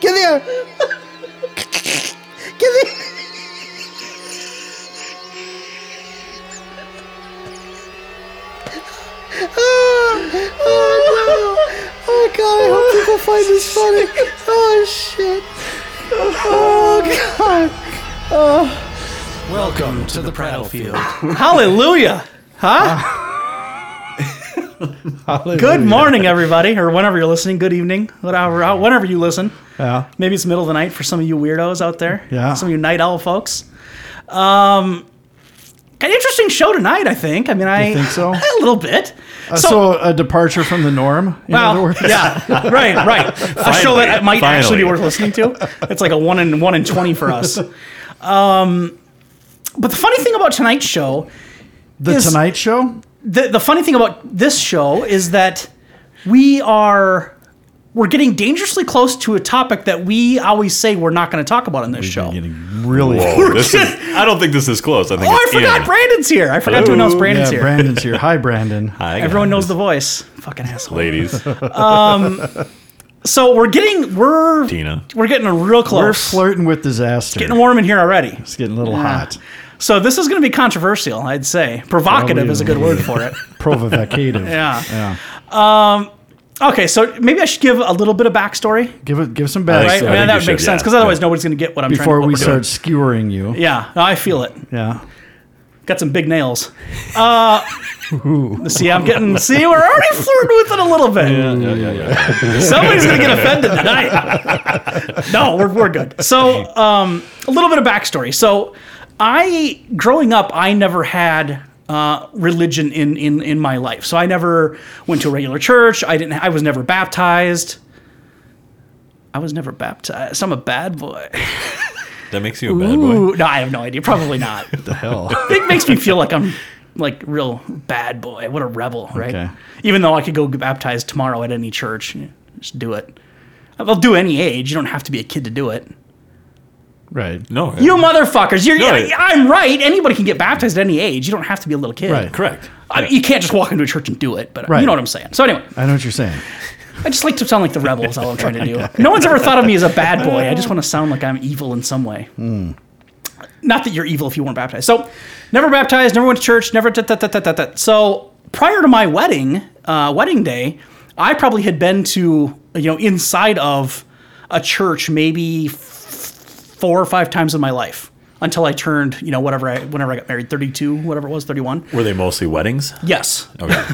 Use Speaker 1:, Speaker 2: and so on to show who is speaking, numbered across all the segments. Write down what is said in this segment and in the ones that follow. Speaker 1: here. Get in. Ah. Oh, oh no. Oh god, I hope people find this funny. Oh shit. Oh god.
Speaker 2: Welcome to the Prattlefield.
Speaker 3: Hallelujah. Huh?
Speaker 1: Ah.
Speaker 3: Good morning, everybody, or whenever you're listening. Good evening, whatever, uh, whenever you listen.
Speaker 1: Yeah.
Speaker 3: Maybe it's middle of the night for some of you weirdos out there.
Speaker 1: Yeah.
Speaker 3: Some of you night owl folks. Um, an interesting show tonight, I think. I mean, I
Speaker 1: think so?
Speaker 3: a little bit.
Speaker 1: Uh, so, a departure from the norm. In other
Speaker 3: Well,
Speaker 1: words.
Speaker 3: yeah, right, right. A show that it might actually be worth
Speaker 4: finally.
Speaker 3: listening to. It's like a one in one in twenty for us. Um, but the funny thing about tonight's show,
Speaker 1: The
Speaker 3: is-
Speaker 1: Tonight Show.
Speaker 3: the the funny thing about this show is that we are we're getting dangerously close to a topic that we always say we're not going to talk about in this show.
Speaker 1: Really.
Speaker 4: Whoa, this is, I don't think this is close. I think
Speaker 3: Oh, I
Speaker 4: it's
Speaker 3: forgot
Speaker 4: in.
Speaker 3: Brandon's here. I forgot to
Speaker 4: Hello.
Speaker 3: announce Brandon's
Speaker 1: Yeah,
Speaker 3: here.
Speaker 1: Brandon's here. Hi, Brandon.
Speaker 4: Hi,
Speaker 3: Everyone
Speaker 4: guys.
Speaker 3: knows the voice. Fucking asshole.
Speaker 4: Ladies,
Speaker 3: So we're getting we're
Speaker 4: Tina.
Speaker 3: we're getting real close.
Speaker 1: We're flirting with disaster.
Speaker 3: getting warm in here already.
Speaker 1: it's getting a little hot.
Speaker 3: So this is going to be controversial, I'd say. Provocative is a good word for it.
Speaker 1: Provocative.
Speaker 3: Yeah.
Speaker 1: Yeah.
Speaker 3: Okay, so maybe I should give a little bit of backstory,
Speaker 1: Give it. Give some
Speaker 4: I
Speaker 3: right?
Speaker 4: think
Speaker 1: backstory
Speaker 4: so.
Speaker 3: I mean, that
Speaker 4: you
Speaker 3: makes
Speaker 4: should, yeah.
Speaker 3: sense because otherwise nobody's going to get what I'm
Speaker 1: before
Speaker 3: trying to
Speaker 1: we
Speaker 3: what we're
Speaker 1: start skewering you.
Speaker 3: doing. Yeah, no, I feel it.
Speaker 1: Yeah.
Speaker 3: Got some big nails. Uh, see, I'm getting. See, we're already flirting with it a little bit.
Speaker 4: Yeah, yeah, yeah.
Speaker 3: Somebody's gonna get offended tonight. no, we're, we're good. So, um, a little bit of backstory. So, I growing up, I never had uh, religion in, in in my life. So I never went to a regular church. I didn't. I was never baptized. I was never baptized. So I'm a bad boy.
Speaker 4: That makes you a bad boy.
Speaker 3: Ooh, no, I have no idea. Probably not.
Speaker 1: The hell.
Speaker 3: it makes me feel like I'm like real bad boy. What a rebel, right?
Speaker 1: Okay.
Speaker 3: Even though I could go get baptized tomorrow at any church, you know, just do it. I'll do any age. You don't have to be a kid to do it.
Speaker 1: Right.
Speaker 4: No,
Speaker 3: You motherfuckers! You're,
Speaker 4: No,
Speaker 3: yeah, I'm right. Anybody can get baptized at any age. You don't have to be a little kid.
Speaker 1: Right.
Speaker 4: correct.
Speaker 3: I mean, you can't just walk into a church and do it. But
Speaker 1: Right.
Speaker 3: you know what I'm saying. So anyway,
Speaker 1: I know what you're saying.
Speaker 3: I just like to sound like the rebel. Is all I'm trying to do. No one's ever thought of me as a bad boy. I just want to sound like I'm evil in some way. Not that you're evil if you weren't baptized. So, never baptized, never went to church, never. Da, da, da, da, da, da. So prior to my wedding, uh, wedding day, I probably had been to you know inside of a church maybe f- four or five times in my life until I turned you know whatever I whenever I got married, 32, whatever it was, 31.
Speaker 4: Were they mostly weddings?
Speaker 3: Yes,
Speaker 4: Okay.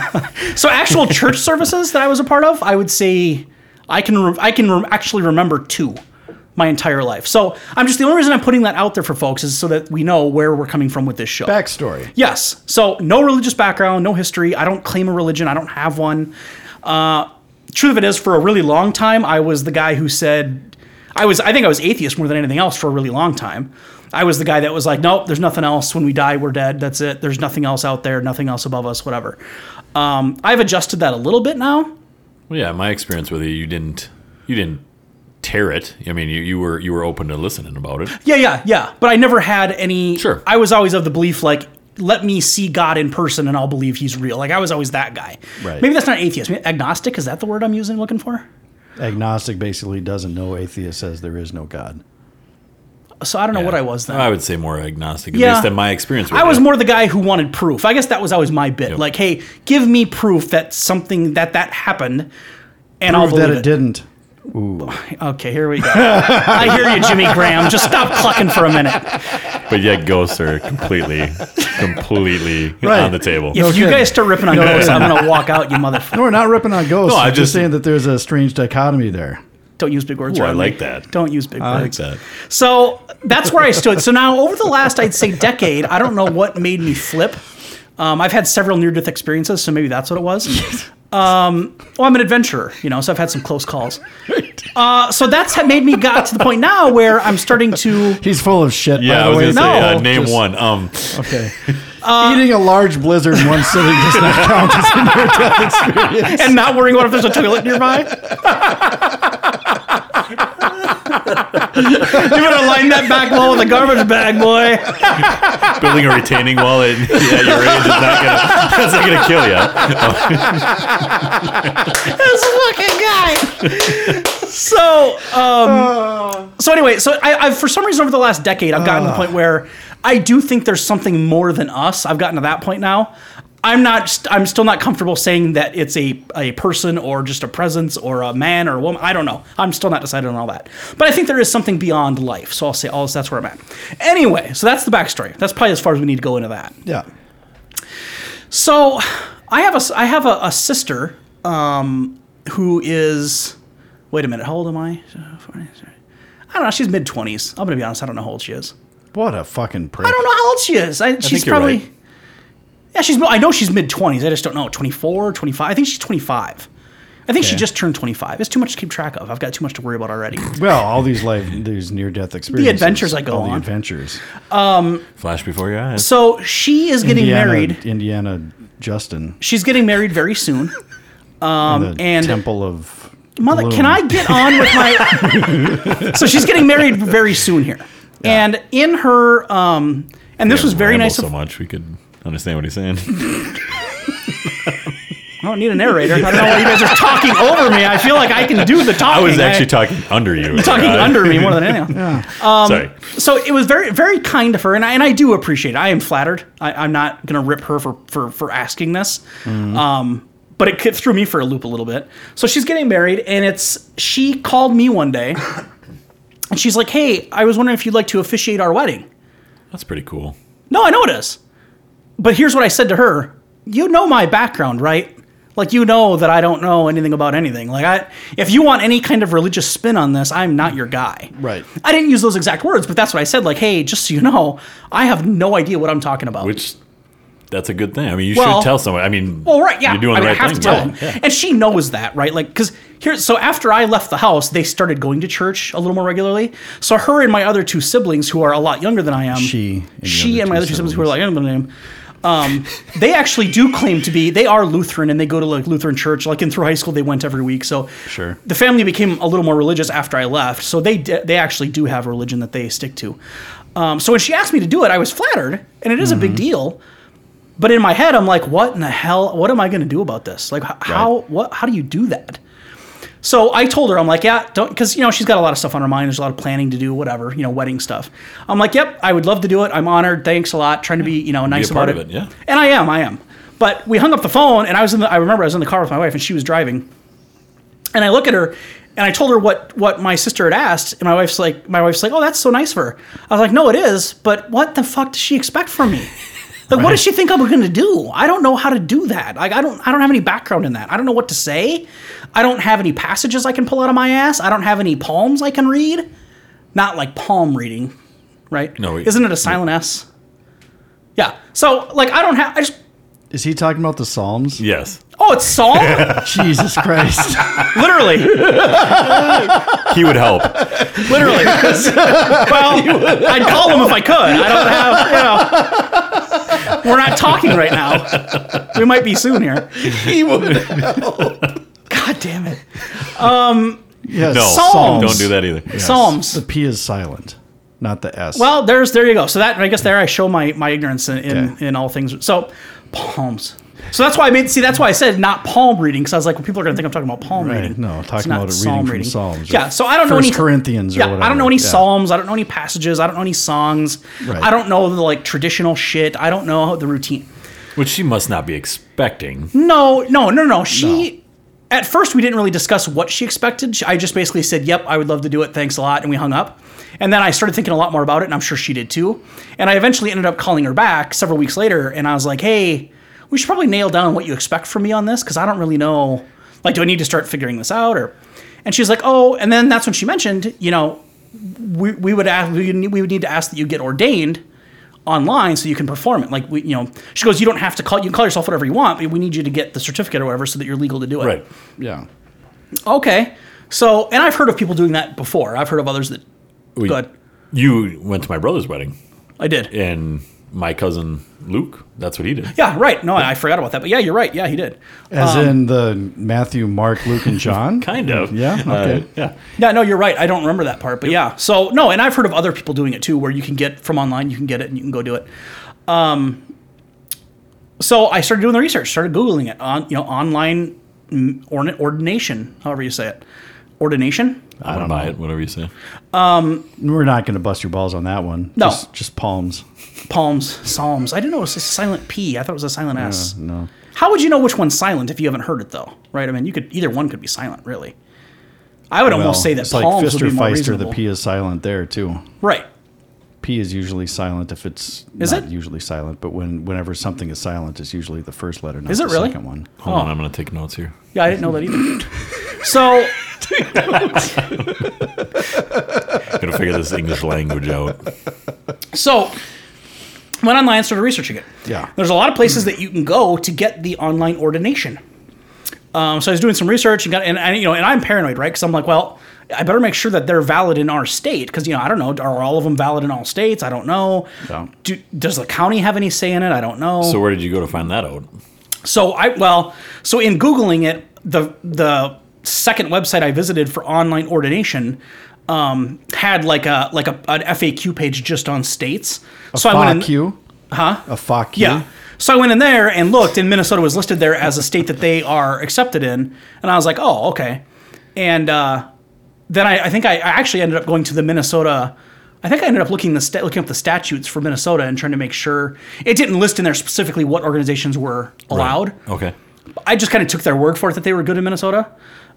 Speaker 3: so actual church services that I was a part of, I would say I can re- I can re- actually remember two my entire life. So I'm just the only reason I'm putting that out there for folks is so that we know where we're coming from with this show.
Speaker 1: Backstory.
Speaker 3: Yes. So no religious background, no history. I don't claim a religion. I don't have one. Uh, truth of it is, for a really long time, I was the guy who said, I was. I think I was atheist more than anything else for a really long time. I was the guy that was like, nope, there's nothing else. When we die, we're dead. That's it. There's nothing else out there. Nothing else above us. Whatever. Um, I've adjusted that a little bit now.
Speaker 4: Well, yeah, my experience with you, you didn't, you didn't tear it. I mean, you, you were you were open to listening about it.
Speaker 3: Yeah, yeah, yeah. But I never had any.
Speaker 4: Sure.
Speaker 3: I was always of the belief like, let me see God in person and I'll believe He's real. Like I was always that guy.
Speaker 1: Right.
Speaker 3: Maybe that's not atheist. Maybe agnostic is that the word I'm using? Looking for.
Speaker 1: Agnostic basically doesn't know. Atheist says there is no God.
Speaker 3: So I don't know what I was then.
Speaker 4: I would say more agnostic, at
Speaker 3: Yeah.
Speaker 4: least in my experience. With
Speaker 3: I was
Speaker 4: it.
Speaker 3: more the guy who wanted proof. I guess that was always my bit. Like, hey, give me proof that something that that happened, and I'll
Speaker 1: Prove
Speaker 3: believe
Speaker 1: that
Speaker 3: it.
Speaker 1: it didn't.
Speaker 3: Okay, here we go. I hear you, Jimmy Graham. Just stop clucking for a minute.
Speaker 4: but yet ghosts are completely, completely
Speaker 1: Right.
Speaker 4: on the table.
Speaker 3: If you
Speaker 1: kidding.
Speaker 3: guys start ripping on ghosts, I'm gonna walk out, you motherfucker.
Speaker 1: No, we're not ripping on ghosts.
Speaker 4: No,
Speaker 1: No, I'm
Speaker 4: I
Speaker 1: just
Speaker 4: just-
Speaker 1: saying that there's a strange dichotomy there.
Speaker 3: Don't use big words.
Speaker 4: Ooh, I
Speaker 3: around
Speaker 4: like
Speaker 3: me.
Speaker 4: that.
Speaker 3: Don't use big
Speaker 4: I like
Speaker 3: words.
Speaker 4: that.
Speaker 3: So that's where I stood. So now, over the last, I'd say, decade, I don't know what made me flip. Um, I've had several near death experiences, so maybe that's what it was. Um, well, I'm an adventurer, you know, so I've had some close calls. Uh, so that's had made me got to the point now where I'm starting to.
Speaker 1: He's full of shit.
Speaker 4: Yeah, I
Speaker 1: by the
Speaker 4: was
Speaker 1: way.
Speaker 4: gonna say
Speaker 3: no,
Speaker 4: uh, name one. Um,
Speaker 1: Okay.
Speaker 3: Uh,
Speaker 1: Eating a large blizzard in one sitting does not count as a near-death experience.
Speaker 3: And not worrying what if there's a toilet nearby. you better line that back wall with a garbage bag, boy.
Speaker 4: building a retaining wall. And, yeah, your age is not gonna. That's not gonna kill you.
Speaker 3: this fucking guy. So, um, so anyway, so I, I've for some reason over the last decade, I've gotten to the point where I do think there's something more than us. I've gotten to that point now. I'm not. st- I'm still not comfortable saying that it's a a person or just a presence or a man or a woman. I don't know. I'm still not decided on all that. But I think there is something beyond life. So I'll say all this. That's where I'm at. Anyway, so that's the backstory. That's probably as far as we need to go into that.
Speaker 1: Yeah.
Speaker 3: So, I have a s- I have a, a sister um, who is. Wait a minute. How old am I? I don't know. She's mid twenties. I'm gonna be honest. I don't know how old she is.
Speaker 1: What a fucking prick.
Speaker 3: I don't know how old she is. I, she's
Speaker 4: you're
Speaker 3: probably.
Speaker 4: right.
Speaker 3: Yeah, she's. I know she's mid twenties. I just don't know. 24, 25. I think she's twenty five. I think she
Speaker 1: Okay.
Speaker 3: just turned twenty five. It's too much to keep track of. I've got too much to worry about already.
Speaker 1: Well, all these life, these near death experiences,
Speaker 3: adventures I go
Speaker 1: all
Speaker 3: on.
Speaker 1: the adventures.
Speaker 4: Flash before your eyes.
Speaker 3: So she is getting
Speaker 1: Indiana,
Speaker 3: married.
Speaker 1: Indiana Justin,
Speaker 3: She's getting married very soon.
Speaker 1: the
Speaker 3: Um, and-
Speaker 1: temple of
Speaker 3: Mother,
Speaker 1: Gloom.
Speaker 3: can I get on with my? so she's getting married very soon here, and in her, um, and this was very
Speaker 4: Ramble
Speaker 3: nice.
Speaker 4: So
Speaker 3: Of,
Speaker 4: much we could understand what he's saying.
Speaker 3: I don't need a narrator. I don't know why you guys are talking over me. I feel like I can do the talking.
Speaker 4: I was actually talking under um, you.
Speaker 3: talking
Speaker 4: God.
Speaker 3: under me more than anything.
Speaker 4: Sorry.
Speaker 3: So it was very, very kind of her, and I, and I do appreciate. it. I am flattered. I, I'm not gonna rip her for for for asking this, um, but it threw me for a loop a little bit. So she's getting married, and it's she called me one day, and she's like, "Hey, I was wondering if you'd like to officiate our wedding."
Speaker 4: That's pretty cool.
Speaker 3: No, I know it is. But here's what I said to her. You know my background, right? Like you know that I don't know anything about anything. Like I if you want any kind of religious spin on this, I'm not your guy.
Speaker 1: Right.
Speaker 3: I didn't use those exact words, but that's what I said like, "Hey, just so you know, I have no idea what I'm talking about."
Speaker 4: Which that's a good thing. I mean, you
Speaker 3: Well-
Speaker 4: should tell someone. I mean,
Speaker 3: Well, right, yeah.
Speaker 4: you're doing
Speaker 3: I,
Speaker 4: the
Speaker 3: mean,
Speaker 4: right
Speaker 3: I have
Speaker 4: thing.
Speaker 3: to tell
Speaker 4: yeah.
Speaker 3: him. And she knows that, right? Like, because here, so after I left the house, they started going to church a little more regularly. So her and my other two siblings, who are a lot younger than I am,
Speaker 1: She and your
Speaker 3: she
Speaker 1: other
Speaker 3: and my
Speaker 1: two
Speaker 3: other two siblings, who are a lot younger than I am, um, they actually do claim to be. They are Lutheran and they go to like Lutheran church. Like in through high school, they went every week. So
Speaker 1: Sure.
Speaker 3: the family became a little more religious after I left. So they d- they actually do have a religion that they stick to. Um, so when she asked me to do it, I was flattered, and it is a big deal. But in my head, I'm like, what in the hell? What am I going to do about this? Like, h- how what how do you do that? So I told her, I'm like, yeah, don't, because you know she's got a lot of stuff on her mind. There's a lot of planning to do, whatever, you know, wedding stuff. I'm like, yep, I would love to do it. I'm honored. Thanks a lot. Trying to be, you know, nice
Speaker 4: part
Speaker 3: about
Speaker 4: of it, yeah.
Speaker 3: And I am, I am. But we hung up the phone, and I was in the. I remember I was in the car with my wife, and she was driving. And I look at her, and I told her what what my sister had asked, and my wife's like, my wife's like, oh, that's so nice of her. I was like, no, it is, but what the fuck does she expect from me? Like, what does she think I'm going to do? I don't know how to do that. Like, I don't, I don't have any background in that. I don't know what to say. I don't have any passages I can pull out of my ass. I don't have any palms I can read. Not like palm reading, right?
Speaker 4: No, it-
Speaker 3: isn't it a silent s? Yeah. So, like, I don't have. I just.
Speaker 1: Is he talking about the Psalms?
Speaker 4: Yes.
Speaker 3: Oh, it's Psalm.
Speaker 1: Jesus Christ!
Speaker 3: Literally.
Speaker 4: He would help.
Speaker 3: Literally. well, I'd call him if I could. I don't have. You know. We're not talking right now. We might be soon here.
Speaker 1: he would.
Speaker 3: God damn it.
Speaker 1: Yes.
Speaker 4: No.
Speaker 3: Psalms.
Speaker 4: Don't do that either.
Speaker 3: Psalms.
Speaker 1: The P is silent, not the S.
Speaker 3: Well, Oh, there's there you go. So that I guess there I show my my ignorance in in,
Speaker 1: Okay.
Speaker 3: in all things. So palms. So that's why I made see that's why I said not palm reading because I was like well, people are gonna think I'm talking about palm
Speaker 1: Right,
Speaker 3: reading.
Speaker 1: no,
Speaker 3: It's
Speaker 1: talking
Speaker 3: not
Speaker 1: about it reading from Psalms or
Speaker 3: Yeah, so I don't know
Speaker 1: First
Speaker 3: any
Speaker 1: Corinthians or
Speaker 3: yeah, I
Speaker 1: whatever,
Speaker 3: don't know any
Speaker 1: yeah.
Speaker 3: psalms. I don't know any passages. I don't know any songs.
Speaker 1: Right.
Speaker 3: I don't know the like traditional shit. I don't know the routine.
Speaker 4: Which she must not be expecting.
Speaker 3: No, no, no, no. She. At first, we didn't really discuss what she expected. She- I just basically said, "Yep, I would love to do it. Thanks a lot," and we hung up. And then I started thinking a lot more about it, and I'm sure she did too. And I eventually ended up calling her back several weeks later, and I was like, "Hey, we should probably nail down what you expect from me on this because I don't really know. Like, do I need to start figuring this out?" Or, and she's like, "Oh," and then that's when she mentioned, you know, we, we would ask we would need- we would need to ask that you get ordained online so you can perform it. Like we, you know, she goes, you don't have to call you can call yourself whatever you want, but we need you to get the certificate or whatever so that you're legal to do it.
Speaker 4: Right.
Speaker 1: yeah.
Speaker 3: Okay. So, and I've heard of people doing that before. I've heard of others that
Speaker 4: We,
Speaker 3: Good.
Speaker 4: You went to my brother's wedding,
Speaker 3: I did. Yeah,
Speaker 4: and my cousin Luke. That's what he did.
Speaker 3: right. No, I, I forgot about that. But yeah, you're right. Yeah, he did.
Speaker 1: As
Speaker 3: um,
Speaker 1: in the Matthew, Mark, Luke, and John.
Speaker 4: Kind of.
Speaker 1: Yeah,
Speaker 4: Uh,
Speaker 1: okay.
Speaker 4: yeah.
Speaker 3: Yeah, no, you're right. I don't remember that part, but yeah. So no, and I've heard of other people doing it too, where you can get from online, you can get it, and you can go do it. Um, so I started doing the research, started googling it on you know online mm, ordna- ordination, however you say it, ordination.
Speaker 4: I don't buy it. Whatever you say.
Speaker 1: We're not going to bust your balls on that one.
Speaker 3: No.
Speaker 1: Just, just palms.
Speaker 3: Palms, psalms. I didn't know it was a silent P. I thought it was a silent S.
Speaker 1: No.
Speaker 3: How would you know which one's silent if you haven't heard it though? Right? I mean, you could either one could be silent, really. I would
Speaker 1: Well,
Speaker 3: almost say that
Speaker 1: it's like
Speaker 3: palms
Speaker 1: Fister
Speaker 3: would be more
Speaker 1: Feister,
Speaker 3: reasonable.
Speaker 1: the P is silent there too.
Speaker 3: Right.
Speaker 1: P is usually silent if it's
Speaker 3: Is
Speaker 1: not
Speaker 3: it?
Speaker 1: usually silent, but when whenever something is silent, it's usually the first letter, not
Speaker 3: Is it
Speaker 1: the
Speaker 3: really?
Speaker 1: second one.
Speaker 4: Hold
Speaker 3: Oh.
Speaker 4: on, I'm gonna take notes here.
Speaker 3: Yeah, I didn't know that either. so
Speaker 4: Gotta figure this English language out.
Speaker 3: So, went online and started researching it.
Speaker 1: Yeah.
Speaker 3: There's a lot of places that you can go to get the online ordination. Um, so I was doing some research and got and, and you know and I'm paranoid, right? Because I'm like, well, I better make sure that they're valid in our state because you know I don't know are all of them valid in all states? I don't know.
Speaker 1: No.
Speaker 3: Do, does the county have any say in it? I don't know.
Speaker 4: So where did you go to find that out?
Speaker 3: So I well, so in googling it, the the second website I visited for online ordination um, had like a like a an FAQ page just on states. so I went
Speaker 1: fuck
Speaker 3: in,
Speaker 1: you. Huh? A fuck you.
Speaker 3: yeah. So I went in there and looked, and Minnesota was listed there as a state that they are accepted in, and I was like, oh, okay. And uh, then I, I think I, I actually ended up going to the Minnesota. I think I ended up looking the sta- looking up the statutes for Minnesota and trying to make sure it didn't list in there specifically what organizations were allowed.
Speaker 4: Okay.
Speaker 3: I just kind of took their word for it that they were good in Minnesota.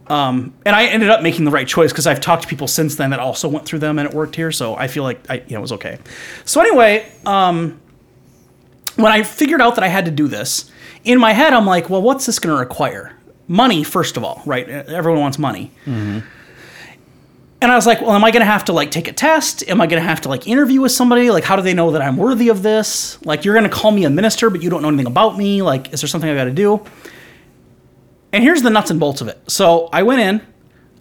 Speaker 3: Um, and I ended up making the right choice because I've talked to people since then that also went through them and it worked here. So I feel like I, you know, it was okay. So anyway, um, when I figured out that I had to do this, in my head, I'm like, well, what's this going to require? Money, first of all, right? Everyone wants money. And I was like, well, am I going to have to like take a test? Am I going to have to like interview with somebody? Like, how do they know that I'm worthy of this? Like, you're going to call me a minister, but you don't know anything about me. Like, is there something I got to do? And here's the nuts and bolts of it. So I went in.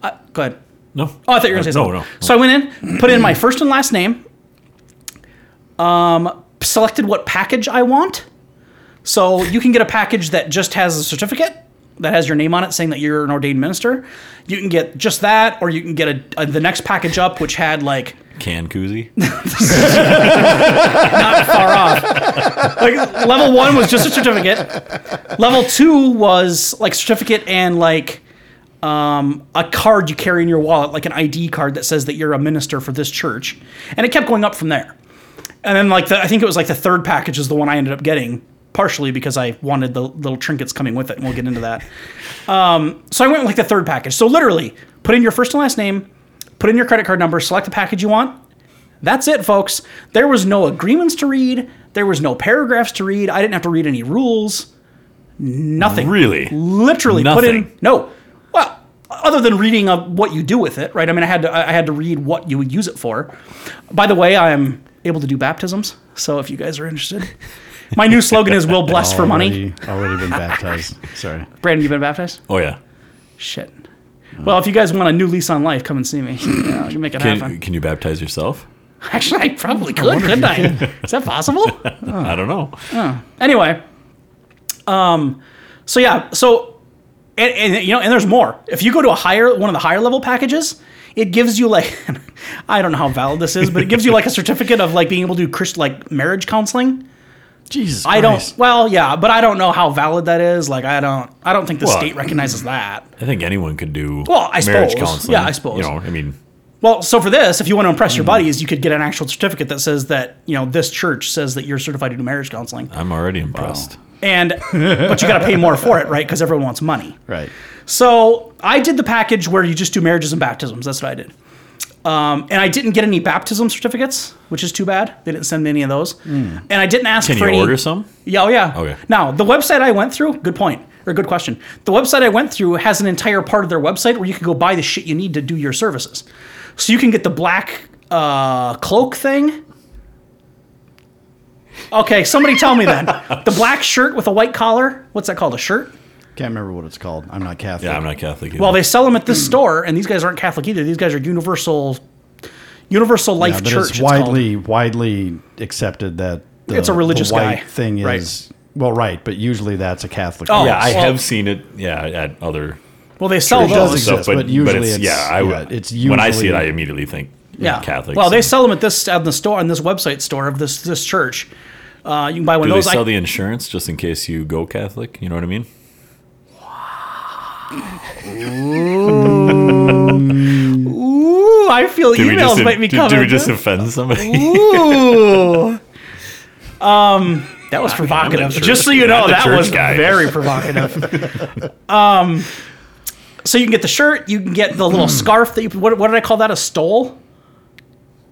Speaker 3: Uh, go ahead.
Speaker 4: No. Uh,
Speaker 3: Oh, I thought you were going to say
Speaker 4: no,
Speaker 3: something.
Speaker 4: no.
Speaker 3: So I went in, put in my first and last name, um, selected what package I want. So you can get a package that just has a certificate that has your name on it saying that you're an ordained minister. You can get just that, or you can get a, a, the next package up, which had like
Speaker 4: Can koozie?
Speaker 3: far off. Like level one was just a certificate. Level two was like certificate and like um, a card you carry in your wallet, like an ID card that says that you're a minister for this church, and it kept going up from there. And then like the, I think it was like the third package is the one I ended up getting, partially because I wanted the little trinkets coming with it, and we'll get into that. Um, so I went with like the third package. So literally, put in your first and last name, put in your credit card number, select the package you want, that's it, folks. There was no agreements to read. There was no paragraphs to read. I didn't have to read any rules. Nothing.
Speaker 4: really?
Speaker 3: Literally put in
Speaker 4: Nothing.
Speaker 3: no. Well, other than reading of what you do with it, right? I mean, I had to I had to read what you would use it for. By the way, I'm able to do baptisms, so if you guys are interested, my new slogan is "We'll bless for money."
Speaker 1: Already, already been baptized. Sorry.
Speaker 3: Brandon, you been baptized?
Speaker 4: Oh yeah.
Speaker 3: Shit. Well, if you guys want a new lease on life, come and see me. Yeah, I can make it happen.
Speaker 4: Can, can you baptize yourself?
Speaker 3: Actually, I probably could, couldn't I? Is that possible?
Speaker 4: I don't know.
Speaker 1: Oh,
Speaker 3: anyway um so yeah so and, and you know and there's more if you go to a higher one of the higher level packages it gives you like i don't know how valid this is but it gives you like a certificate of like being able to do Christ, like marriage counseling
Speaker 1: Jesus.
Speaker 3: i don't
Speaker 1: Christ.
Speaker 3: well yeah but i don't know how valid that is like i don't i don't think the
Speaker 4: Well,
Speaker 3: state recognizes that
Speaker 4: I think anyone could do.
Speaker 3: Well, I
Speaker 4: marriage
Speaker 3: suppose.
Speaker 4: counseling.
Speaker 3: Yeah, I suppose.
Speaker 4: You know, I mean,
Speaker 3: well so for this if you want to impress your buddies you could get an actual certificate that says that you know this church says that you're certified to do marriage counseling
Speaker 4: I'm already impressed.
Speaker 3: and but you got to pay more for it right because everyone wants money
Speaker 1: Right.
Speaker 3: So I did the package where you just do marriages and baptisms. That's what I did. Um, and I didn't get any baptism certificates, which is too bad. They didn't send me any of those. And I didn't ask
Speaker 4: Hmm. Can
Speaker 3: for
Speaker 4: you
Speaker 3: any.
Speaker 4: order some?
Speaker 3: Yeah, oh yeah.
Speaker 4: Okay.
Speaker 3: Now the website I went through. Good point or good question. The website I went through has an entire part of their website where you can go buy the shit you need to do your services. So you can get the black uh, cloak thing. Okay, somebody tell me then. The black shirt with a white collar. What's that called? A shirt?
Speaker 1: Can't remember what it's called. I'm not Catholic.
Speaker 4: Yeah, I'm not Catholic. Either.
Speaker 3: Well, they sell them at this store, and these guys aren't Catholic either. These guys are Universal, Universal Life
Speaker 1: Yeah, but
Speaker 3: Church.
Speaker 1: it's
Speaker 3: it's called.
Speaker 1: widely widely accepted that the,
Speaker 3: It's a religious
Speaker 1: the white
Speaker 3: guy.
Speaker 1: thing
Speaker 3: Right.
Speaker 1: is well, right, but usually that's a Catholic.
Speaker 3: Oh,
Speaker 1: thing.
Speaker 4: yeah, I
Speaker 3: well-
Speaker 4: have seen it. Yeah, at other.
Speaker 3: well, they sell
Speaker 1: It does
Speaker 3: those.
Speaker 1: exist, but usually it's-
Speaker 4: yeah. I would.
Speaker 1: yeah, it's
Speaker 4: when I see it,
Speaker 1: usually-
Speaker 4: I immediately think mm,
Speaker 3: yeah,
Speaker 4: Catholic.
Speaker 3: Well, they
Speaker 4: so-
Speaker 3: sell them at this on the store on this website store of this this church. Uh, you can buy one of
Speaker 4: Do they
Speaker 3: those.
Speaker 4: sell
Speaker 3: I,
Speaker 4: the insurance just in case you go Catholic? You know what I mean?
Speaker 3: I feel
Speaker 4: Did we
Speaker 3: emails
Speaker 4: just,
Speaker 3: might be
Speaker 4: did-
Speaker 3: coming.
Speaker 4: did we just offend somebody?
Speaker 3: Ooh. Um, that was provocative.
Speaker 4: church-
Speaker 3: Just so you know,
Speaker 4: I'm the
Speaker 3: that
Speaker 4: church
Speaker 3: was
Speaker 4: guy.
Speaker 3: very provocative. um, so you can get the shirt, you can get the little
Speaker 4: Hmm.
Speaker 3: scarf that you. What, what did I call that? A stole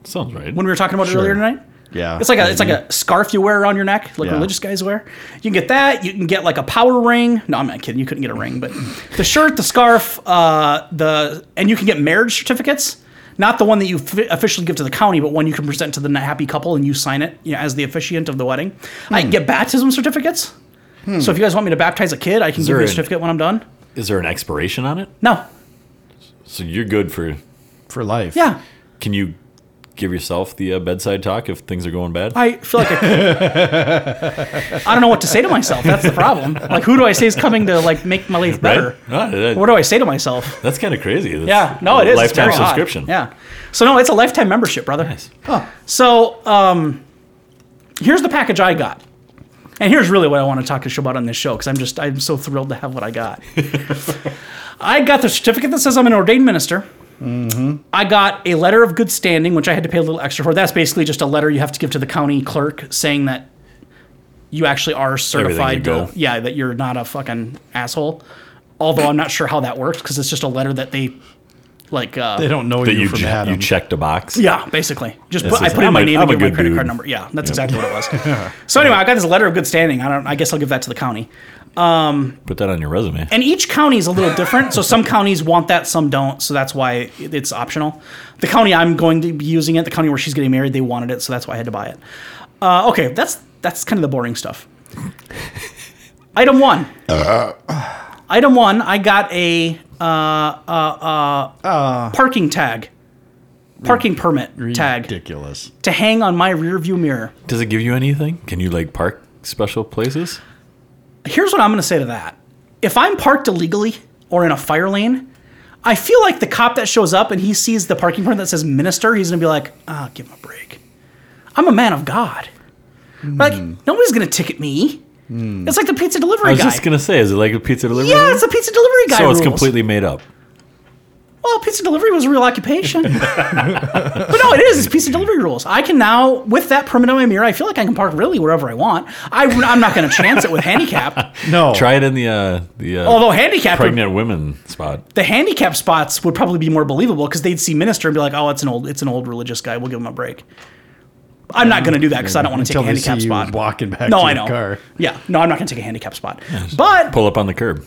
Speaker 4: Sounds right.
Speaker 3: when we were talking about it
Speaker 1: Sure.
Speaker 3: earlier tonight.
Speaker 1: Yeah.
Speaker 3: It's like a it's like a scarf you wear around your neck, like
Speaker 1: Yeah.
Speaker 3: religious guys wear. You can get that. You can get like a power ring. No, I'm not kidding. You couldn't get a ring, but the shirt, the scarf, uh, the and you can get marriage certificates. Not the one that you fi- officially give to the county, but one you can present to the na- happy couple and you sign it you know, as the officiant of the wedding. I can get baptism certificates. So if you guys want me to baptize a kid, I can give
Speaker 4: there
Speaker 3: you a
Speaker 4: an-
Speaker 3: certificate when I'm done.
Speaker 4: Is there an expiration on it?
Speaker 3: No,
Speaker 4: So you're good for.
Speaker 1: for life.
Speaker 3: yeah,
Speaker 4: Can you give yourself the uh, bedside talk if things are going bad?
Speaker 3: I feel like I, I don't know what to say to myself. That's the problem. Like, who do I say is coming to like make my life better?
Speaker 4: No, Ah, that-
Speaker 3: What do I say to myself?
Speaker 4: that's kind of crazy. That's
Speaker 3: Yeah, no,
Speaker 4: a
Speaker 3: it is It's
Speaker 4: Lifetime
Speaker 3: very odd.
Speaker 4: subscription.
Speaker 3: Yeah, so no, it's a lifetime membership, brother.
Speaker 4: Nice.
Speaker 3: So, um, here's the package I got, and here's really what I want to talk to you about on this show because I'm just I'm so thrilled to have what I got. I got the certificate that says I'm an ordained minister. I got a letter of good standing, which I had to pay a little extra for. That's basically just a letter you have to give to the county clerk saying that you actually are certified.
Speaker 4: go.
Speaker 3: to- yeah, that you're not a fucking asshole. Although I'm not sure how that works because it's just a letter that they like. Uh,
Speaker 1: They don't know
Speaker 4: That
Speaker 1: you,
Speaker 4: you,
Speaker 1: from
Speaker 4: che-
Speaker 1: Adam.
Speaker 4: you checked a box.
Speaker 3: yeah, basically. Just put, I
Speaker 4: is-
Speaker 3: put in
Speaker 4: I'm
Speaker 3: my
Speaker 4: a-
Speaker 3: name
Speaker 4: I'm
Speaker 3: and
Speaker 4: a
Speaker 3: give my
Speaker 4: good
Speaker 3: credit card
Speaker 4: dude.
Speaker 3: number. Yeah, that's exactly what it was. so anyway, I got this letter of good standing. I don't. I guess I'll give that to the county.
Speaker 4: Put that on your resume.
Speaker 3: And each county is a little different. so some counties want that, some don't. So that's why it- it's optional. The county I'm going to be using it, the county where she's getting married, they wanted it, so that's why I had to buy it. Uh, okay, that's that's kind of the boring stuff. Item one.
Speaker 4: Uh-huh.
Speaker 3: Item one. I got a uh, uh, uh, parking tag, parking permit tag.
Speaker 1: Ridiculous.
Speaker 3: to hang on my rearview mirror.
Speaker 4: Does it give you anything? Can you like park special places?
Speaker 3: Here's what I'm going to say to that. If I'm parked illegally or in a fire lane, I feel like the cop that shows up and he sees the parking permit that says minister, he's going to be like, ah, give him a break. I'm a man of God.
Speaker 4: Hmm.
Speaker 3: Like, nobody's going to ticket me. It's like the pizza delivery
Speaker 4: I was
Speaker 3: guy.
Speaker 4: just gonna say, is it like a pizza delivery?
Speaker 3: yeah,
Speaker 4: thing?
Speaker 3: it's the pizza delivery guy.
Speaker 4: so it's
Speaker 3: rules.
Speaker 4: completely made up.
Speaker 3: Well, pizza delivery was a real occupation. but no, it is. It's pizza delivery rules. I can now, with that permit on my mirror, I feel like I can park really wherever I want. I, I'm not going to chance it with handicap.
Speaker 1: No.
Speaker 4: Try it in the uh, the uh,
Speaker 3: Although handicapped, would-
Speaker 4: pregnant women spot.
Speaker 3: the handicap spots would probably be more believable because they'd see minister and be like, "Oh, it's an old, it's an old religious guy. We'll give him a break." I'm not going to do that because I don't want to take
Speaker 1: Until
Speaker 3: a
Speaker 1: they see
Speaker 3: handicap
Speaker 1: you
Speaker 3: spot.
Speaker 1: walking back
Speaker 3: no,
Speaker 1: to
Speaker 3: I
Speaker 1: your
Speaker 3: know.
Speaker 1: car.
Speaker 3: Yeah, no, I'm not going to take a handicap spot. But
Speaker 4: Pull up on the curb.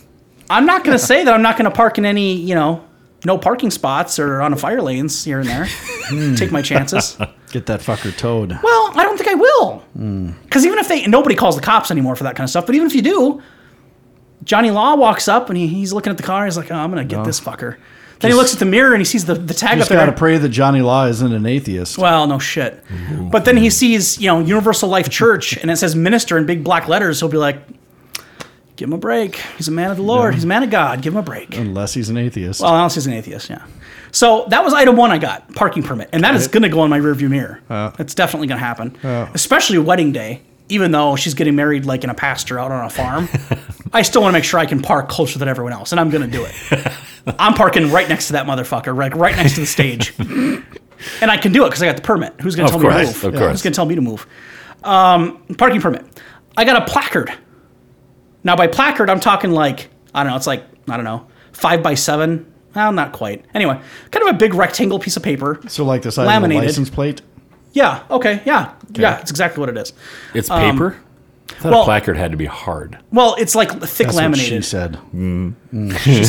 Speaker 3: I'm not going to say that I'm not going to park in any, you know, no parking spots or on a fire lanes here and there.
Speaker 4: Hmm.
Speaker 3: take my chances.
Speaker 1: Get that fucker towed.
Speaker 3: Well, I don't think I will. Because even if they, nobody calls the cops anymore for that kind of stuff, but even if you do, Johnny Law walks up and he, he's looking at the car. He's like, oh, I'm going to get this fucker. Then he looks at the mirror and he sees the, the tag up
Speaker 1: Just
Speaker 3: there.
Speaker 1: gotta pray that Johnny Law isn't an atheist.
Speaker 3: Well, no shit. But then he sees, you know, Universal Life Church and it says minister in big black letters. He'll be like, give him a break. He's a man of the Lord. He's a man of God. Give him a break.
Speaker 1: Unless he's an atheist.
Speaker 3: Well, unless he's an atheist, yeah. So that was item one I got parking permit, and that is going to go on my rearview mirror. It's definitely going to happen, especially wedding day. Even though she's getting married like in a pasture out on a farm, I still want to make sure I can park closer than everyone else, and I'm going to do it. I'm parking right next to that motherfucker, right, right next to the stage, and I can do it because I got the permit. Who's going
Speaker 4: Of
Speaker 3: to tell me to move?
Speaker 4: course, of
Speaker 3: Who's
Speaker 4: course.
Speaker 3: going to tell me to move? Um, parking permit. I got a placard. Now, by placard, I'm talking like, I don't know, it's like, I don't know, five by seven. Well, not quite. Anyway, kind of a big rectangle piece of paper.
Speaker 1: so like the size of
Speaker 3: Laminated.
Speaker 1: a license plate?
Speaker 3: Yeah, okay, yeah, yeah, it's exactly what it is.
Speaker 4: It's paper. I thought
Speaker 3: Um, well-
Speaker 4: a placard had to be hard.
Speaker 3: Well, it's like thick
Speaker 1: That's what she
Speaker 3: laminated. She
Speaker 1: said.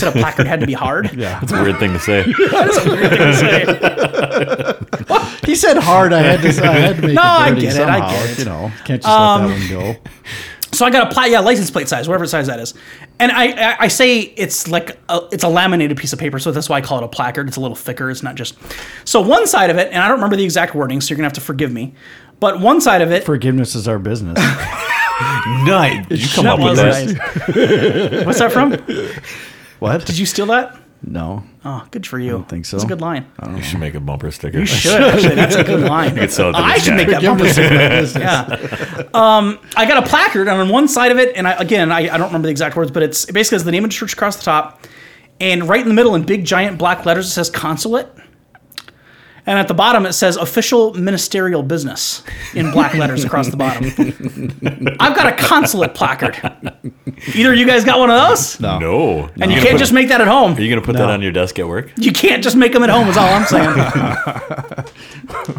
Speaker 3: said. a placard had to be hard. yeah.
Speaker 4: That's a weird thing to say.
Speaker 1: He said hard. I had to. I had to make
Speaker 3: No, I
Speaker 1: it dirty
Speaker 3: get it, I
Speaker 1: somehow.
Speaker 3: get it. Um,
Speaker 1: You know, can't just let that one go.
Speaker 3: So I got a pla- yeah, license plate size, whatever size that is. And I, I, I say it's like a, it's a laminated piece of paper, so that's why I call it a placard. It's a little thicker. It's not just so one side of it, and I don't remember the exact wording, so you're gonna have to forgive me. But one side of it,
Speaker 1: Forgiveness is our business.
Speaker 4: Night. You come
Speaker 3: That
Speaker 4: up with
Speaker 3: was
Speaker 4: that.
Speaker 3: nice. What's that from? Did
Speaker 1: what? Did
Speaker 3: you steal that?
Speaker 1: No.
Speaker 3: Oh, good for you. I
Speaker 1: think so.
Speaker 3: That's a good line.
Speaker 4: You should make a bumper sticker.
Speaker 3: You should actually. That's a good line.
Speaker 4: sell it to
Speaker 3: I
Speaker 4: this
Speaker 3: should
Speaker 4: guy.
Speaker 3: make that bumper
Speaker 1: Forgiveness is our business.
Speaker 3: yeah. Um, I got a placard and on one side of it, and I, again, I, I don't remember the exact words, but it's it basically has the name of the church across the top, and right in the middle in big giant black letters it says consulate. And at the bottom, it says official ministerial business in black letters across the bottom. I've got a consulate placard. Either you guys got one of those?
Speaker 4: No.
Speaker 3: And you can't just make that at home.
Speaker 4: Are you going to put that on your desk at work?
Speaker 3: You can't just make them at home, is all I'm saying.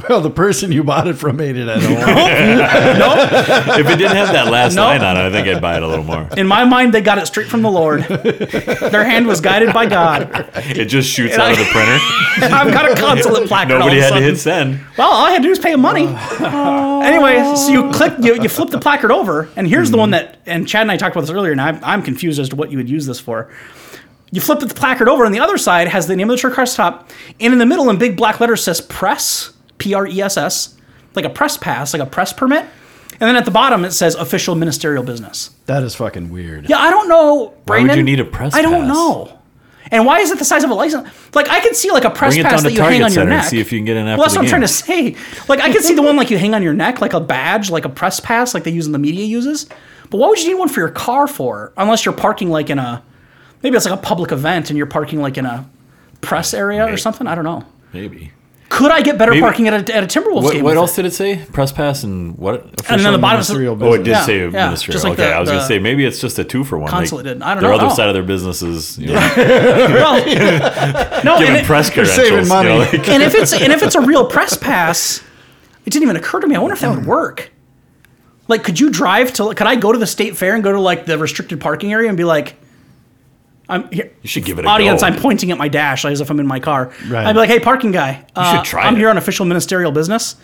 Speaker 1: Well, the person you bought it from made it at home.
Speaker 4: if it didn't have that last
Speaker 3: No.
Speaker 4: line on it, I think I'd buy it a little more.
Speaker 3: In my mind, they got it straight from the Lord. Their hand was guided by God.
Speaker 4: It just shoots out of the printer.
Speaker 3: And I've got a consulate placard. all
Speaker 4: Nobody
Speaker 3: of a
Speaker 4: had
Speaker 3: sudden.
Speaker 4: to hit send.
Speaker 3: Well, all I had to do was pay him money. anyway, so you click, you, you flip the placard over, and here's the one that, and Chad and I talked about this earlier, and I'm, I'm confused as to what you would use this for. You flip the placard over, and the other side has the name of the church across the top, and in the middle, in big black letters, says press, P R E S S, like a press pass, like a press permit. And then at the bottom, it says official ministerial business.
Speaker 1: that is fucking weird.
Speaker 3: Yeah, I don't know.
Speaker 4: Why would
Speaker 3: Brandon.
Speaker 4: you need a press
Speaker 3: I don't
Speaker 4: pass?
Speaker 3: know. And why is it the size of a license? Like I can see like a press
Speaker 4: Bring it
Speaker 3: pass
Speaker 4: down to
Speaker 3: that you hang
Speaker 4: Target
Speaker 3: on your
Speaker 4: Center and
Speaker 3: neck.
Speaker 4: see if you can get an after
Speaker 3: Well, that's
Speaker 4: the
Speaker 3: what I'm
Speaker 4: game.
Speaker 3: trying to say. Like I can see the one like you hang on your neck, like a badge, like a press pass, like they use in the media uses. But why would you need one for your car for? Unless you're parking like in a, maybe it's like a public event and you're parking like in a press area or
Speaker 4: Maybe.
Speaker 3: something. I don't know.
Speaker 4: Maybe.
Speaker 3: Could I get better
Speaker 4: Maybe-
Speaker 3: parking at a, at a Timberwolves
Speaker 4: What,
Speaker 3: game?
Speaker 4: what
Speaker 3: with
Speaker 4: else
Speaker 3: it?
Speaker 4: did it say? Press pass and what?
Speaker 3: And then the bottom is
Speaker 1: Serial
Speaker 4: Oh, it
Speaker 1: business.
Speaker 4: did
Speaker 3: Yeah,
Speaker 4: say
Speaker 3: yeah,
Speaker 4: ministerial.
Speaker 3: just like
Speaker 4: okay,
Speaker 3: the-
Speaker 4: I was going
Speaker 3: the-
Speaker 4: to say maybe it's just a two for one.
Speaker 3: Consulate did. I don't
Speaker 4: their
Speaker 3: know.
Speaker 4: other
Speaker 3: Oh.
Speaker 4: side of their business is you know,
Speaker 3: Well, no, and
Speaker 4: giving
Speaker 3: it-
Speaker 4: press credentials.
Speaker 1: saving
Speaker 4: you
Speaker 1: money.
Speaker 4: know, like-
Speaker 3: and if it's and if it's a real press pass, it didn't even occur to me. I wonder if that would work. Like, could you drive to? Could I go to the state fair and go to like the restricted parking area and be like, "I'm here,
Speaker 4: you should give it a
Speaker 3: audience.
Speaker 4: go.
Speaker 3: I'm pointing at my dash as if I'm in my car.
Speaker 1: Right.
Speaker 3: I'd be like, "Hey, parking guy, uh,
Speaker 4: should try
Speaker 3: I'm
Speaker 4: it.
Speaker 3: here on official ministerial business.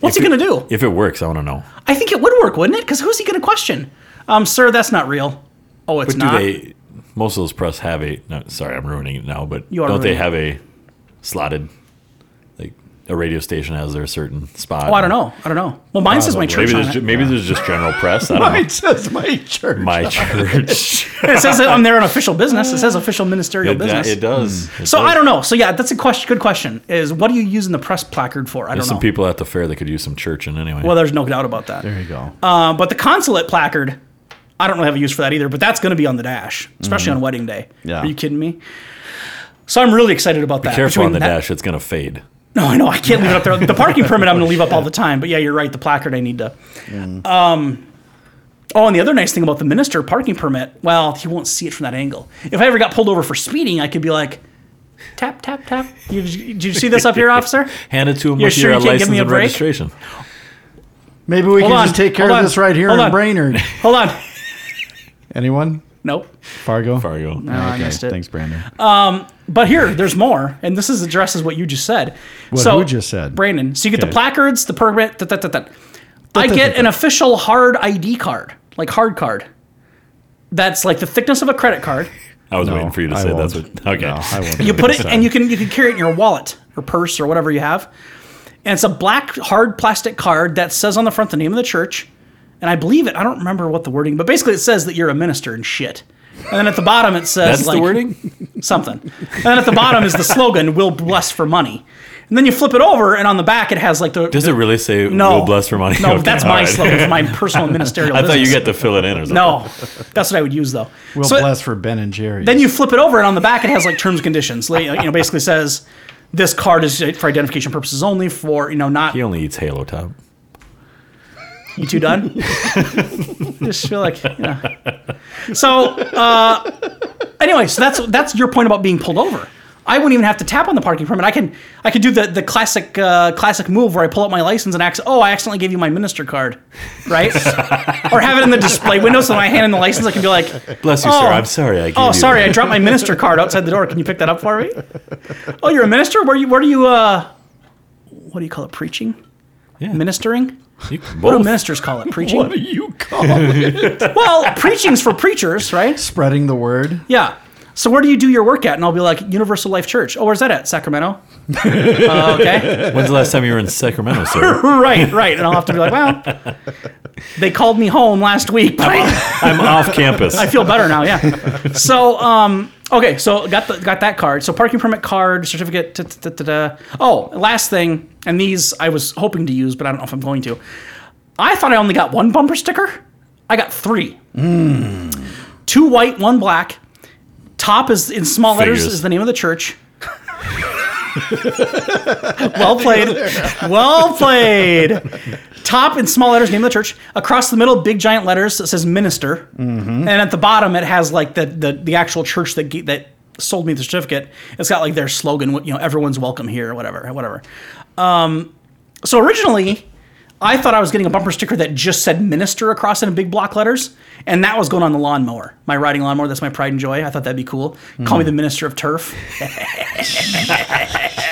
Speaker 3: What's he gonna do?
Speaker 4: If it works, I want to know.
Speaker 3: I think it would work, wouldn't it? Because who's he gonna question? Um, sir, that's not real. Oh, it's
Speaker 4: But
Speaker 3: not.
Speaker 4: do they? Most of those press have a. No, sorry, I'm ruining it now. But
Speaker 3: You are
Speaker 4: don't they have
Speaker 3: ruining
Speaker 4: a slotted? Like a radio station has their certain spot.
Speaker 3: oh, I don't know. I don't know. Well, mine says my church
Speaker 4: Maybe
Speaker 3: on
Speaker 4: there's
Speaker 3: it.
Speaker 4: ju- maybe there's just general press. I don't know.
Speaker 1: Mine says my church.
Speaker 4: My church.
Speaker 3: it says that I'm there on official business. It says official ministerial
Speaker 4: it,
Speaker 3: business. Hmm.
Speaker 4: it does. It
Speaker 3: So
Speaker 4: does.
Speaker 3: I don't know. So yeah, that's a question. Good question. Is what do you use in the press placard for? I don't
Speaker 4: There's some
Speaker 3: know.
Speaker 4: people at the fair that could use some church in anyway.
Speaker 3: well, there's no doubt about that.
Speaker 1: There you go.
Speaker 3: Uh, but the consulate placard, I don't really have a use for that either. But that's going to be on the dash,
Speaker 4: Mm.
Speaker 3: especially on wedding day.
Speaker 1: Yeah.
Speaker 3: Are you kidding me? So I'm really excited about that.
Speaker 4: Careful
Speaker 3: Between
Speaker 4: on the
Speaker 3: that-
Speaker 4: dash; it's gonna fade.
Speaker 3: No, I know I can't leave it up there. The parking permit I'm going to leave up all the time. But yeah, you're right. The placard I need to. Um, oh, and the other nice thing about the minister parking permit, well, he won't see it from that angle. If I ever got pulled over for speeding, I could be like, tap tap tap. You, did you see this up here, officer?
Speaker 4: Hand it to him
Speaker 3: You're
Speaker 4: with
Speaker 3: sure
Speaker 4: your
Speaker 3: you can't
Speaker 4: license
Speaker 3: give me a
Speaker 4: and
Speaker 3: break?
Speaker 4: registration.
Speaker 1: Maybe we can
Speaker 3: on,
Speaker 1: just take care
Speaker 3: hold
Speaker 1: of
Speaker 3: on,
Speaker 1: this right here
Speaker 3: hold
Speaker 1: in
Speaker 3: on.
Speaker 1: Brainerd.
Speaker 3: Hold on.
Speaker 1: Anyone?
Speaker 3: Nope.
Speaker 1: Fargo?
Speaker 4: Fargo.
Speaker 3: I missed it. Uh,
Speaker 1: Thanks, Brandon.
Speaker 3: But here, there's more, and this is addresses what you just said. What so,
Speaker 1: who just said?
Speaker 3: Brandon. So you get
Speaker 1: Okay.
Speaker 3: the placards, the permit. That, that, that, that. I get an official hard ID card, like hard card. That's like the thickness of a credit card.
Speaker 4: I was
Speaker 1: No,
Speaker 4: waiting for you to
Speaker 1: I
Speaker 4: say
Speaker 1: won't.
Speaker 4: that's what. Okay.
Speaker 1: No, I won't.
Speaker 3: You put it, and you can you can carry it in your wallet or purse or whatever you have. And it's a black hard plastic card that says on the front the name of the church, and I believe it. I don't remember what the wording, but basically it says that you're a minister and shit. And then at the bottom it says
Speaker 4: That's
Speaker 3: like
Speaker 4: the wording.
Speaker 3: something. And then at the bottom is the slogan, "We'll bless for money." And then you flip it over, and on the back it has like the
Speaker 4: Does it really say
Speaker 3: no
Speaker 4: "We'll bless for money"?
Speaker 3: No,
Speaker 4: Okay,
Speaker 3: that's
Speaker 4: all
Speaker 3: my
Speaker 4: right.
Speaker 3: slogan for my personal ministerial.
Speaker 4: I thought you
Speaker 3: business.
Speaker 4: got to fill it in or something.
Speaker 3: no. That's what I would use though.
Speaker 1: We'll
Speaker 3: So-
Speaker 1: bless for Ben and Jerry.
Speaker 3: then you flip it over, and on the back it has like terms and conditions. Like, you know, basically says this card is uh, for identification purposes only. For you know, not
Speaker 4: He only eats Halo Top.
Speaker 3: you two done. Just feel like yeah. So uh, anyway, so that's that's your point about being pulled over. I wouldn't even have to tap on the parking permit. I can I could do the the classic uh, classic move where I pull out my license and act, oh, I accidentally gave you my minister card, right? or have it in the display window so when I hand in the license, I can be like,
Speaker 4: Bless you,
Speaker 3: Oh.
Speaker 4: sir. I'm sorry. I gave
Speaker 3: Oh,
Speaker 4: you
Speaker 3: sorry, I
Speaker 4: that.
Speaker 3: dropped my minister card outside the door. Can you pick that up for me? Oh, you're a minister. Where you? Where do you? Uh, what do you call it? Preaching,
Speaker 4: Yeah.
Speaker 3: ministering.
Speaker 4: You-
Speaker 3: What do
Speaker 4: both.
Speaker 3: ministers call it? Preaching.
Speaker 1: do you call it?
Speaker 3: well, preaching's for preachers, right?
Speaker 1: Spreading the word.
Speaker 3: Yeah. So where do you do your work at? And I'll be like Universal Life Church. Oh, where's that at? Sacramento. Uh, okay.
Speaker 4: When's the last time you were in Sacramento, sir?
Speaker 3: Right, right. And I'll have to be like, well, they called me home last week. but I-
Speaker 4: I'm off campus.
Speaker 3: I feel better now. Yeah. So, um, okay. So got the, got that card. So parking permit card, certificate. Da, da, da, da, da. Oh, last thing, and these I was hoping to use, but I don't know if I'm going to. I thought I only got one bumper sticker. I got three. Two white, one black. Top is in small letters
Speaker 4: Figures.
Speaker 3: is the name of the church. well played. Well played. Top in small letters, name of the church. Across the middle, big giant letters, it says minister. And at the bottom, it has like the, the, the actual church that, ge- that sold me the certificate. It's got like their slogan, you know, everyone's welcome here, whatever, whatever. Um, so originally, I thought I was getting a bumper sticker that just said minister across it in big block letters, and that was going on the lawnmower, my riding lawnmower. That's my pride and joy. I thought that'd be cool.
Speaker 4: Hmm.
Speaker 3: Call me the minister of turf.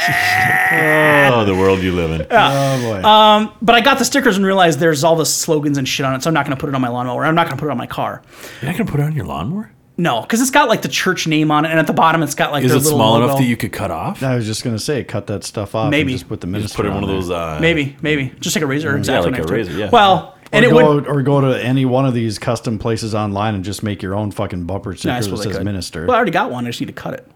Speaker 4: Oh, the world you live in.
Speaker 1: Oh boy.
Speaker 3: But I got the stickers and realized there's all the slogans and shit on it, so I'm not going to put it on my lawnmower. I'm not going to put it on my car.
Speaker 4: You're not gonna put it on your lawnmower?
Speaker 3: No, because it's got like the church name on it, and at the bottom it's got like
Speaker 4: Is
Speaker 3: their
Speaker 4: it
Speaker 3: little
Speaker 4: small
Speaker 3: logo.
Speaker 4: enough that you could cut off?
Speaker 1: I was just gonna say, cut that stuff off.
Speaker 3: Maybe.
Speaker 1: and just put the
Speaker 4: Just
Speaker 1: minister.
Speaker 4: put it in
Speaker 1: on
Speaker 4: one of
Speaker 1: there.
Speaker 4: those. Uh,
Speaker 3: maybe maybe just like a razor or exactly
Speaker 4: like a
Speaker 3: next to it.
Speaker 4: razor, yeah.
Speaker 3: Well, and
Speaker 1: or
Speaker 3: it
Speaker 1: go,
Speaker 3: would
Speaker 1: or go to any one of these custom places online and just make your own fucking bumper sticker
Speaker 3: I
Speaker 1: that
Speaker 3: suppose I
Speaker 1: says
Speaker 3: could.
Speaker 1: minister
Speaker 3: Well, I already got one. I just need to cut it.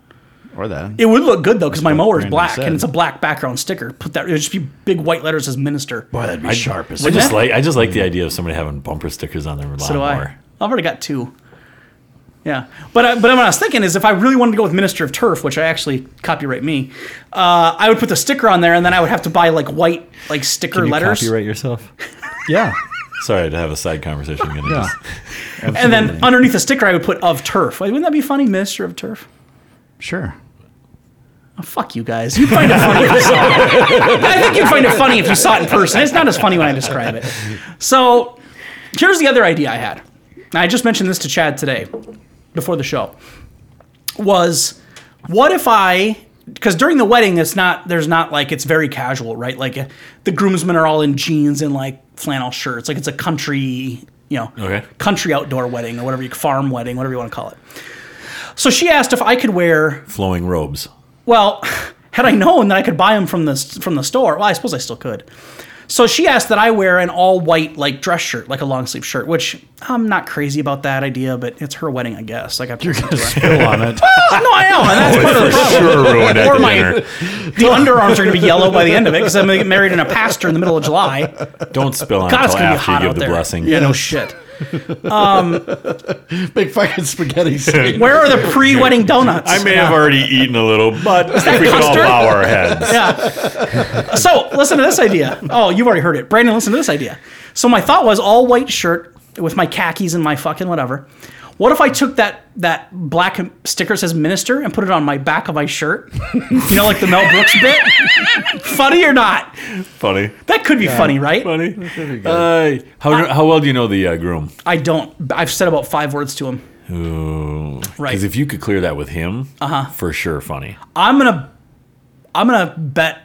Speaker 1: or that.
Speaker 3: It would look good though, because my
Speaker 1: what
Speaker 3: mower is
Speaker 1: Brandon
Speaker 3: black
Speaker 1: said.
Speaker 3: and it's a black background sticker. Put that. It'd just be big white letters as minister.
Speaker 1: Boy, that'd be sharp as
Speaker 4: I just
Speaker 3: that-
Speaker 4: like I just like the idea of somebody having bumper stickers on their lawnmower.
Speaker 3: So do I. I've already got two. Yeah, but I, but what I was thinking is if I really wanted to go with Minister of Turf, which I actually copyright me, uh, I would put the sticker on there, and then I would have to buy like white like sticker
Speaker 4: You
Speaker 3: letters,
Speaker 4: copyright yourself.
Speaker 1: Yeah.
Speaker 4: Sorry to have a side conversation. Again.
Speaker 1: Yeah.
Speaker 3: and then
Speaker 1: Absolutely.
Speaker 3: underneath the sticker I would put of turf. Like, wouldn't that be funny, Minister of Turf?
Speaker 1: sure.
Speaker 3: Oh, fuck you guys. You'd find it funny if you saw it. I think you'd find it funny if you saw it in person. It's not as funny when I describe it. So here's the other idea I had. And I just mentioned this to Chad today before the show. Was what if I because during the wedding it's not there's not like it's very casual, right? Like uh, the groomsmen are all in jeans and like flannel shirts. Like it's a country, you know,
Speaker 4: Okay.
Speaker 3: country outdoor wedding or whatever you farm wedding, whatever you want to call it. So she asked if I could wear
Speaker 4: Flowing robes.
Speaker 3: well, had I known that I could buy them from the from the store, well, I suppose I still could. So she asked that I wear an all white like dress shirt, like a long sleeve shirt, which I'm not crazy about that idea, but it's her wedding, I guess. Like I you're gonna
Speaker 1: Spill on it.
Speaker 3: no, I am, and that's part of the problem.
Speaker 4: Oh. ruined
Speaker 3: Or my the underarms are gonna be yellow by the end of it because I'm gonna get married in a pastor in the middle of July.
Speaker 4: Don't spill on
Speaker 3: God,
Speaker 4: it
Speaker 3: it's
Speaker 4: until
Speaker 3: gonna be
Speaker 4: after you
Speaker 3: hot
Speaker 4: give
Speaker 3: out
Speaker 4: the
Speaker 3: there.
Speaker 4: blessing.
Speaker 3: Yeah, no shit.
Speaker 1: Big fucking spaghetti scene.
Speaker 3: Where are the pre-wedding donuts?
Speaker 4: I may have already eaten a little, but we could all
Speaker 3: custard?
Speaker 4: bow our heads.
Speaker 3: yeah. So listen to this idea. Oh, you've already heard it, Brandon. Listen to this idea. So my thought was all white shirt with my khakis and my fucking whatever. What if I took that that black sticker that says minister and put it on my back of my shirt? You know, like the Mel Brooks bit. funny or not?
Speaker 4: Funny.
Speaker 3: That could be funny, right?
Speaker 4: Funny. Uh, how, how well do you know the uh, groom?
Speaker 3: I don't. I've said about five words to him. Right.
Speaker 4: Because if you could clear that with him, uh-huh. for sure funny.
Speaker 3: I'm gonna, I'm gonna bet.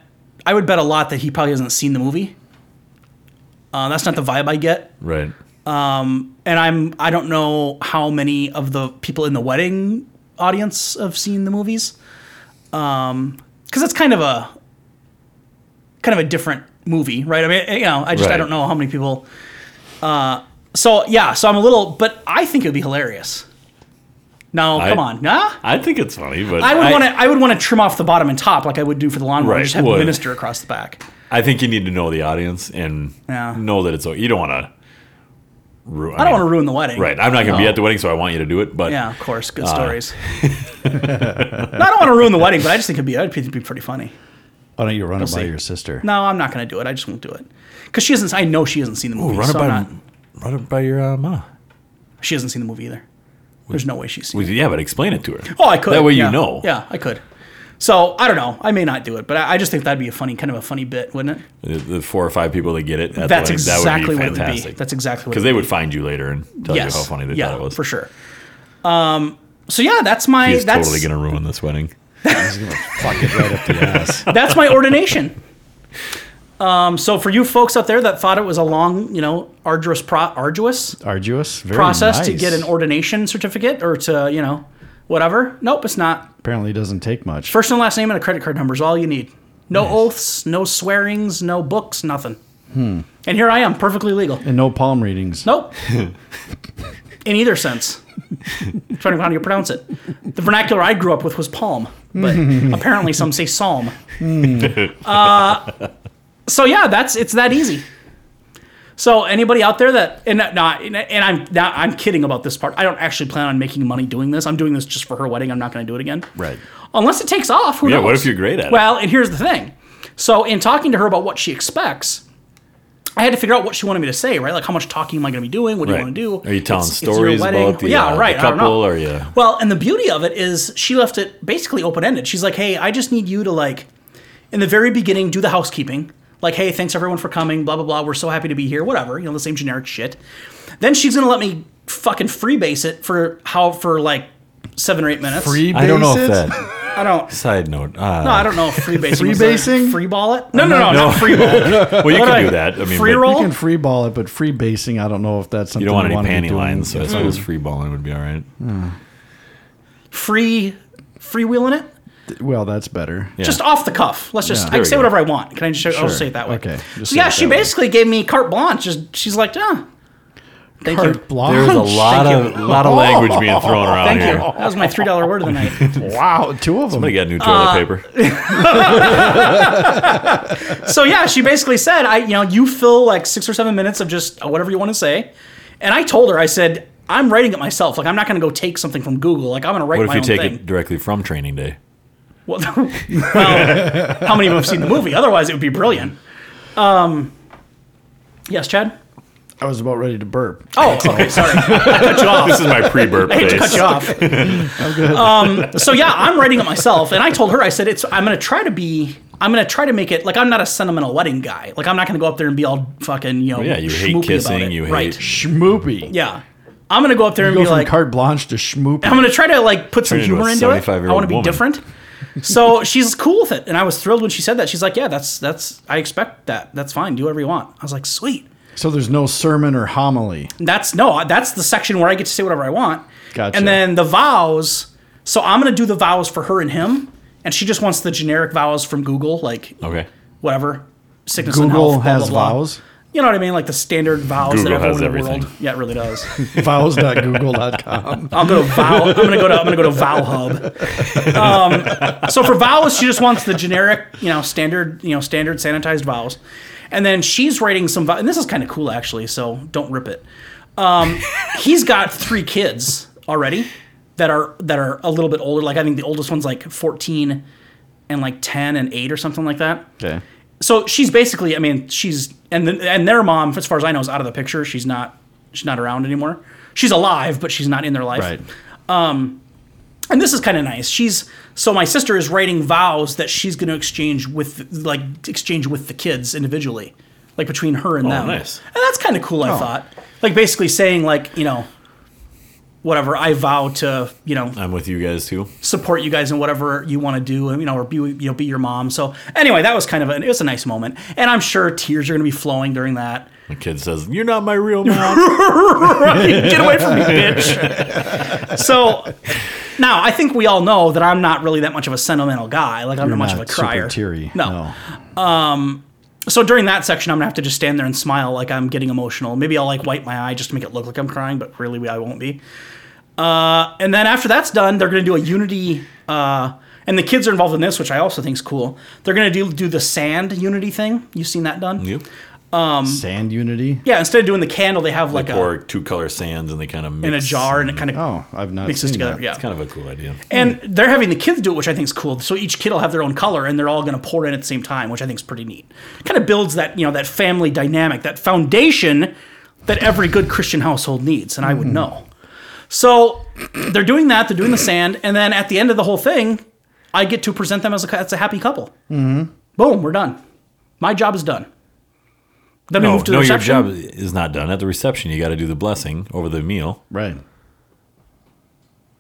Speaker 3: I would bet a lot that he probably hasn't seen the movie. Uh, that's not the vibe I get.
Speaker 4: Right.
Speaker 3: and I'm I don't know how many of the people in the wedding audience have seen the movies, because it's kind of a kind of a different movie, right? I mean, eh, you know, I just I
Speaker 4: Right.
Speaker 3: don't know how many people. Uh, so yeah, so I'm a little, but I think it would be hilarious. No,
Speaker 4: I-
Speaker 3: come on, nah.
Speaker 4: I think it's funny, but
Speaker 3: I would want to. I would want to trim off the bottom and top like I would do for the lawnmower.
Speaker 4: Right,
Speaker 3: just have
Speaker 4: would.
Speaker 3: minister across the back.
Speaker 4: I think you need to know the audience and
Speaker 3: Yeah.
Speaker 4: know that it's. You don't want to. Ru-
Speaker 3: I don't want to ruin the wedding.
Speaker 4: Right. I'm not going to be at the wedding, so I want you to do it. But
Speaker 3: Yeah, of course. Good
Speaker 4: Uh,
Speaker 3: stories. No, I don't want to ruin the wedding, but I just think it'd be, I'd think it'd be pretty funny.
Speaker 1: Why don't you run it by your sister?
Speaker 3: No, I'm not going to do it. I just won't do it. Because she hasn't, I know she hasn't seen the movie.
Speaker 4: run it
Speaker 3: so
Speaker 4: by
Speaker 3: I'm not,
Speaker 4: run it by your uh, ma.
Speaker 3: she hasn't seen the movie either. There's no way she's seen
Speaker 4: Well,
Speaker 3: it.
Speaker 4: Yeah, but explain it to her.
Speaker 3: Oh, I could.
Speaker 4: That way you
Speaker 3: yeah.
Speaker 4: know.
Speaker 3: Yeah, I could. So I don't know. I may not do it, but I, I just think that'd be a funny, kind of a funny bit, wouldn't it?
Speaker 4: The, the four or five people that get it. At
Speaker 3: That's
Speaker 4: the wedding,
Speaker 3: exactly
Speaker 4: that
Speaker 3: what
Speaker 4: would
Speaker 3: it
Speaker 4: be
Speaker 3: would be.
Speaker 4: fantastic.
Speaker 3: That's exactly what it
Speaker 4: because they
Speaker 3: would
Speaker 4: would find you later and tell
Speaker 3: yes.
Speaker 4: you how funny they
Speaker 3: yeah,
Speaker 4: thought it was.
Speaker 3: for sure. Um, so yeah, that's my
Speaker 4: He's
Speaker 3: that's
Speaker 4: totally going to ruin this wedding.
Speaker 1: Fuck it right up the ass.
Speaker 3: that's my ordination. Um, so for you folks out there that thought it was a long, you know, arduous pro- arduous
Speaker 1: Arduous. Very
Speaker 3: process to
Speaker 1: nice.
Speaker 3: get an ordination certificate or to you know whatever. Nope, it's not.
Speaker 1: Apparently, doesn't take much.
Speaker 3: First and last name and a credit card number is all you need. No oaths, no swearings, no books, nothing.
Speaker 1: Hmm.
Speaker 3: And here I am, perfectly legal.
Speaker 1: and no palm readings.
Speaker 3: Nope. In either sense. Depending on how you pronounce it. The vernacular I grew up with was palm, but apparently some say psalm. uh, so yeah, that's it's that easy. So anybody out there that and not not- and, and I'm not, I'm kidding about this part. I don't actually plan on making money doing this. I'm doing this just for her wedding. I'm not going to do it again.
Speaker 4: Right.
Speaker 3: Unless it takes off. Who
Speaker 4: Yeah,
Speaker 3: knows?
Speaker 4: what if you're great at it?
Speaker 3: Well, and here's the thing. So in talking to her about what she expects, I had to figure out what she wanted me to say. Right. Like how much talking am I going to be doing? What do
Speaker 4: Right.
Speaker 3: you want to do?
Speaker 4: Are you telling
Speaker 3: It's- it's your
Speaker 4: stories
Speaker 3: wedding.
Speaker 4: about the,
Speaker 3: yeah,
Speaker 4: uh, the
Speaker 3: right, I don't know.
Speaker 4: couple? Are you-
Speaker 3: Well, and the beauty of it is she left it basically open ended. She's like, hey, I just need you to like, in the very beginning, do the housekeeping. Like, hey, thanks everyone for coming. Blah blah blah. We're so happy to be here. Whatever, you know, the same generic shit. Then she's gonna let me fucking freebase it for how for like seven or eight minutes.
Speaker 4: I don't know
Speaker 1: Freebase
Speaker 4: if
Speaker 1: it?
Speaker 4: that.
Speaker 3: I don't.
Speaker 4: Side note. Uh,
Speaker 3: No, I don't know. if Freebasing. is
Speaker 1: Freebasing?
Speaker 3: like Free ball it? No, no, no, no. Not free ball.
Speaker 4: well, you
Speaker 3: I-
Speaker 4: can do that. I mean,
Speaker 3: free
Speaker 4: but
Speaker 3: roll?
Speaker 4: You
Speaker 1: You can free ball it, but free basing, I don't know if that's something
Speaker 4: don't want any
Speaker 1: to be
Speaker 4: panty
Speaker 1: doing.
Speaker 4: lines, so I suppose free balling would be all right.
Speaker 3: Free, freewheeling it.
Speaker 1: Well, that's better.
Speaker 4: Yeah.
Speaker 3: Just off the cuff. Let's just.
Speaker 1: Yeah.
Speaker 3: I
Speaker 1: There
Speaker 3: can
Speaker 4: we
Speaker 3: say
Speaker 4: go.
Speaker 3: whatever I want. Can I just? I'll
Speaker 1: Sure.
Speaker 3: say it that way.
Speaker 1: Okay. Just
Speaker 3: So
Speaker 1: say
Speaker 3: yeah,
Speaker 1: it
Speaker 3: she
Speaker 1: that way.
Speaker 3: basically gave me carte blanche. Just she's like, ah, thank you.
Speaker 1: Carte blanche.
Speaker 4: There's a lot
Speaker 3: Thank
Speaker 4: of
Speaker 3: you.
Speaker 4: lot of language being thrown around
Speaker 3: Thank
Speaker 4: here.
Speaker 3: you. That was my three dollar word of the night.
Speaker 1: Wow, two of them.
Speaker 4: Somebody got new
Speaker 3: Ah,
Speaker 4: toilet paper.
Speaker 3: so yeah, she basically said, I you know you fill like six or seven minutes of just whatever you want to say, and I told her I said I'm writing it myself. Like I'm not going to go take something from Google. Like I'm going to write
Speaker 4: What if
Speaker 3: my
Speaker 4: you
Speaker 3: own
Speaker 4: take
Speaker 3: thing.
Speaker 4: it directly from Training Day?
Speaker 3: Well, well, how many of them have seen the movie? Otherwise, it would be brilliant. Um, yes, Chad.
Speaker 1: I was about ready to burp.
Speaker 3: Oh, okay. Sorry,
Speaker 4: This is my pre-burp
Speaker 3: I hate to
Speaker 4: phase.
Speaker 3: cut you off. Um, so yeah, I'm writing it myself, and I told her I said it's. I'm gonna try to be. I'm gonna try to make it like I'm not a sentimental wedding guy. Like I'm not gonna go up there and be all fucking you know.
Speaker 4: Yeah, you hate
Speaker 3: schmoopy
Speaker 4: kissing,
Speaker 3: about it.
Speaker 4: you hate-
Speaker 3: Right.
Speaker 1: Schmoopy.
Speaker 3: Yeah, I'm gonna go up there and
Speaker 1: Go
Speaker 3: be
Speaker 1: from
Speaker 3: like,
Speaker 1: carte blanche to schmoopy.
Speaker 3: I'm gonna try to like put some
Speaker 4: Turn into a
Speaker 3: humor into it. I
Speaker 4: 75-year-old
Speaker 3: want to be
Speaker 4: woman.
Speaker 3: different. So she's cool with it, and I was thrilled when she said that. She's like, "Yeah, that's that's I expect that. That's fine. Do whatever you want." I was like, "Sweet."
Speaker 1: So there's no sermon or homily.
Speaker 3: That's no, that's the section where I get to say whatever I want.
Speaker 1: Gotcha.
Speaker 3: And then the vows. So I'm gonna do the vows for her and him, and she just wants the generic vows from Google, like
Speaker 4: Okay.
Speaker 3: whatever sickness and
Speaker 1: Google
Speaker 3: health. blah,
Speaker 1: has
Speaker 3: blah, blah.
Speaker 1: vows.
Speaker 3: You know what I mean? Like the standard vows
Speaker 4: Google
Speaker 3: that everyone
Speaker 4: has
Speaker 3: in the world.
Speaker 4: everything.
Speaker 3: Yeah, it really does.
Speaker 1: vows.google.com.
Speaker 3: I'll go to Vow. I'm gonna go to I'm gonna go to Vow Hub. Um, so for vows, she just wants the generic, you know, standard, you know, standard sanitized vows, and then she's writing some. vow- And this is kind of cool actually. So don't rip it. Um, he's got three kids already that are that are a little bit older. Like I think the oldest one's like 14 and like 10 and 8 or something like that
Speaker 1: Okay.
Speaker 3: so she's basically i mean she's and the, and their mom as far as i know is out of the picture she's not she's not around anymore she's alive but she's not in their life
Speaker 1: Right.
Speaker 3: and this is kind of nice she's so my sister is writing vows that she's going to exchange with like exchange with the kids individually like between her and them
Speaker 4: nice.
Speaker 3: and that's kind of cool i thought like basically saying like you know whatever i vow to you know
Speaker 4: I'm with you guys too.
Speaker 3: support you guys in whatever you want to do, and you know, or be you know, be your mom. So anyway, that was kind of an it was a nice moment, and I'm sure tears are going to be flowing during that.
Speaker 4: The kid says, "You're not my real mom."
Speaker 3: Get away from me, bitch! So now I think we all know that I'm not really that much of a sentimental guy. Like I'm not much of a
Speaker 1: Not super
Speaker 3: crier.
Speaker 1: teary.
Speaker 3: No. So during that section, I'm gonna have to just stand there and smile like I'm getting emotional. Maybe I'll like wipe my eye just to make it look like I'm crying, but really I won't be. Uh, and then after that's done, they're gonna do a unity. Uh, and the kids are involved in this, which I also think is cool. They're gonna do do the sand unity thing. You've seen that done?
Speaker 4: Yep.
Speaker 1: Sand unity.
Speaker 3: Mm. Yeah. Instead of doing the candle, they have like
Speaker 4: Pour
Speaker 3: a
Speaker 4: two color sands and they kind of mix
Speaker 3: in a jar and it kind of
Speaker 1: Oh, I've not
Speaker 3: mixes
Speaker 1: seen
Speaker 3: together.
Speaker 1: that.
Speaker 3: Yeah.
Speaker 4: It's kind of a cool idea.
Speaker 3: And they're having the kids do it, which I think is cool. So each kid will have their own color, and they're all going to pour in at the same time, which I think is pretty neat. Kind of builds that you know that family dynamic, that foundation that every good Christian household needs, and I
Speaker 4: Mm-hmm.
Speaker 3: would know. So they're doing that. They're doing the sand, and then at the end of the whole thing, I get to present them as a cou- as a happy couple. Mm-hmm. Boom, we're done. My job is done. Then we
Speaker 4: No,
Speaker 3: move to the
Speaker 4: no, your
Speaker 3: reception.
Speaker 4: job is not done at the reception. You got to do the blessing over the meal.
Speaker 1: Right.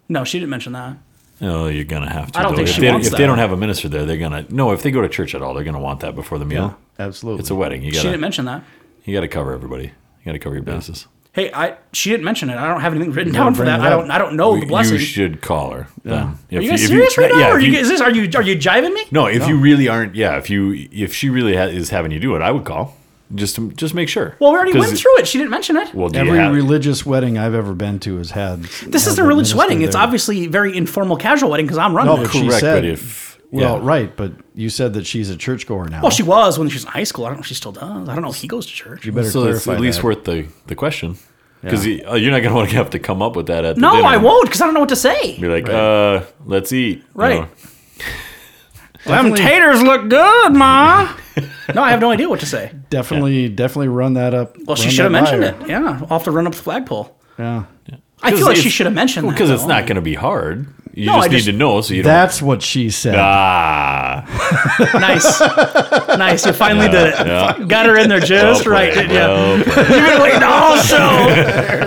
Speaker 3: No, she didn't mention that.
Speaker 4: No, you're gonna have to.
Speaker 3: I don't
Speaker 4: though.
Speaker 3: think
Speaker 4: if
Speaker 3: she
Speaker 4: they,
Speaker 3: wants
Speaker 4: if
Speaker 3: that.
Speaker 4: they don't have a minister there, they're gonna no. If they go to church at all, they're gonna want that before the meal.
Speaker 1: Absolutely.
Speaker 4: It's a wedding. You
Speaker 3: She
Speaker 4: gotta
Speaker 3: didn't mention that.
Speaker 4: you gotta cover everybody. You gotta cover your bases.
Speaker 3: Hey, I she didn't mention it. I don't have anything written down for
Speaker 1: bring
Speaker 3: that.
Speaker 1: it
Speaker 3: I
Speaker 1: up.
Speaker 3: don't. I don't know the blessing.
Speaker 4: You should call her. then. If
Speaker 3: Are you guys
Speaker 4: if
Speaker 3: serious right now?
Speaker 4: Yeah,
Speaker 3: are
Speaker 4: if
Speaker 3: you,
Speaker 4: you-
Speaker 3: is this are you are you jiving me?
Speaker 4: no, if you really aren't, yeah. If you if she really ha- is having you do it, I would call just to, just make sure.
Speaker 3: Well, we already
Speaker 4: 'Cause-
Speaker 3: went through it. She didn't mention it.
Speaker 4: Well, do you
Speaker 1: Every
Speaker 4: have-
Speaker 1: religious wedding I've ever been to has had.
Speaker 3: this
Speaker 1: has
Speaker 3: isn't
Speaker 1: the
Speaker 3: a religious
Speaker 1: minister
Speaker 3: wedding. It's
Speaker 1: there.
Speaker 3: obviously very informal, casual wedding because I'm running.
Speaker 1: No,
Speaker 3: it.
Speaker 1: she
Speaker 4: correct,
Speaker 1: said-
Speaker 4: but if
Speaker 1: Well,
Speaker 4: Yeah.
Speaker 1: right, but you said that she's a churchgoer now.
Speaker 3: Well, Oh, she was when she was in high school. I don't know if she still does. I don't know if he goes to church.
Speaker 1: you better
Speaker 4: So it's
Speaker 1: clarify
Speaker 4: at least
Speaker 1: that.
Speaker 4: worth the, the question. Because you're not going to want to have to come up with that at the
Speaker 3: No,
Speaker 4: dinner.
Speaker 3: I won't because I don't know what to say.
Speaker 4: You're like, uh, let's eat. you
Speaker 3: Right.
Speaker 4: know.
Speaker 3: Them
Speaker 1: Definitely-
Speaker 3: taters look good, ma. no, I have no idea what to say.
Speaker 1: Definitely, definitely run that up.
Speaker 3: Well, she should have mentioned it. Yeah, I'll have to run up the flagpole.
Speaker 1: Yeah,
Speaker 3: I feel
Speaker 4: 'Cause
Speaker 3: like she
Speaker 4: it's-
Speaker 3: should have mentioned that.
Speaker 4: Because it's
Speaker 3: though.
Speaker 4: not going to be hard. You
Speaker 3: No, I
Speaker 4: just need
Speaker 3: just-
Speaker 4: to know so you don't.
Speaker 1: that's what she said.
Speaker 4: ah.
Speaker 3: nice, nice. You finally did it. Got her in there
Speaker 4: Well
Speaker 3: just right.
Speaker 4: played,
Speaker 3: didn't ya?
Speaker 4: well played.
Speaker 3: You've been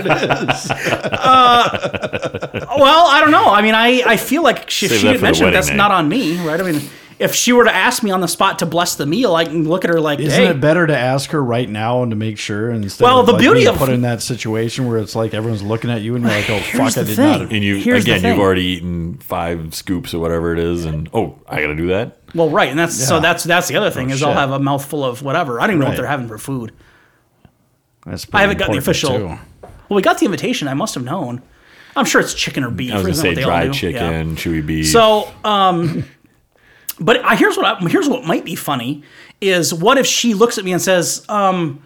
Speaker 3: waiting all show. Uh, well, I don't know. I mean, I, I feel like she, if
Speaker 4: Save
Speaker 3: she
Speaker 4: that
Speaker 3: didn't
Speaker 4: for the
Speaker 3: mention it,
Speaker 4: wedding
Speaker 3: that's
Speaker 4: night.
Speaker 3: not on me, right? I mean, if she were to ask me on the spot to bless the meal, I can look at her like,
Speaker 1: Isn't
Speaker 3: hey,
Speaker 1: it better to ask her right now and to make sure instead
Speaker 3: Well,
Speaker 1: of
Speaker 3: the
Speaker 1: like,
Speaker 3: beauty
Speaker 1: being
Speaker 3: of-
Speaker 1: put in that situation where it's like everyone's looking at you and you're like, oh fuck,
Speaker 3: the
Speaker 1: I did
Speaker 3: thing.
Speaker 1: not.
Speaker 4: And you
Speaker 3: Here's the
Speaker 4: again, you've
Speaker 3: thing.
Speaker 4: already eaten five scoops or whatever it is, and oh, I got to do that.
Speaker 3: well, right, and that's so
Speaker 1: Yeah. Oh,
Speaker 3: that's that's the other thing is I'll
Speaker 1: shit.
Speaker 3: have a mouthful of whatever. I don't even know what
Speaker 1: Right.
Speaker 3: they're having for food.
Speaker 1: That's
Speaker 3: I haven't gotten the
Speaker 1: pretty important,
Speaker 3: official. Well, we got the invitation. I must have known. I'm sure it's chicken or beef.
Speaker 4: I was
Speaker 3: isn't
Speaker 4: going
Speaker 3: it
Speaker 4: to
Speaker 3: what they
Speaker 4: say
Speaker 3: all
Speaker 4: dry
Speaker 3: do?
Speaker 4: chicken,
Speaker 3: Yeah.
Speaker 4: chewy beef.
Speaker 3: So, um, but I, here's what I, here's what might be funny is what if she looks at me and says, um,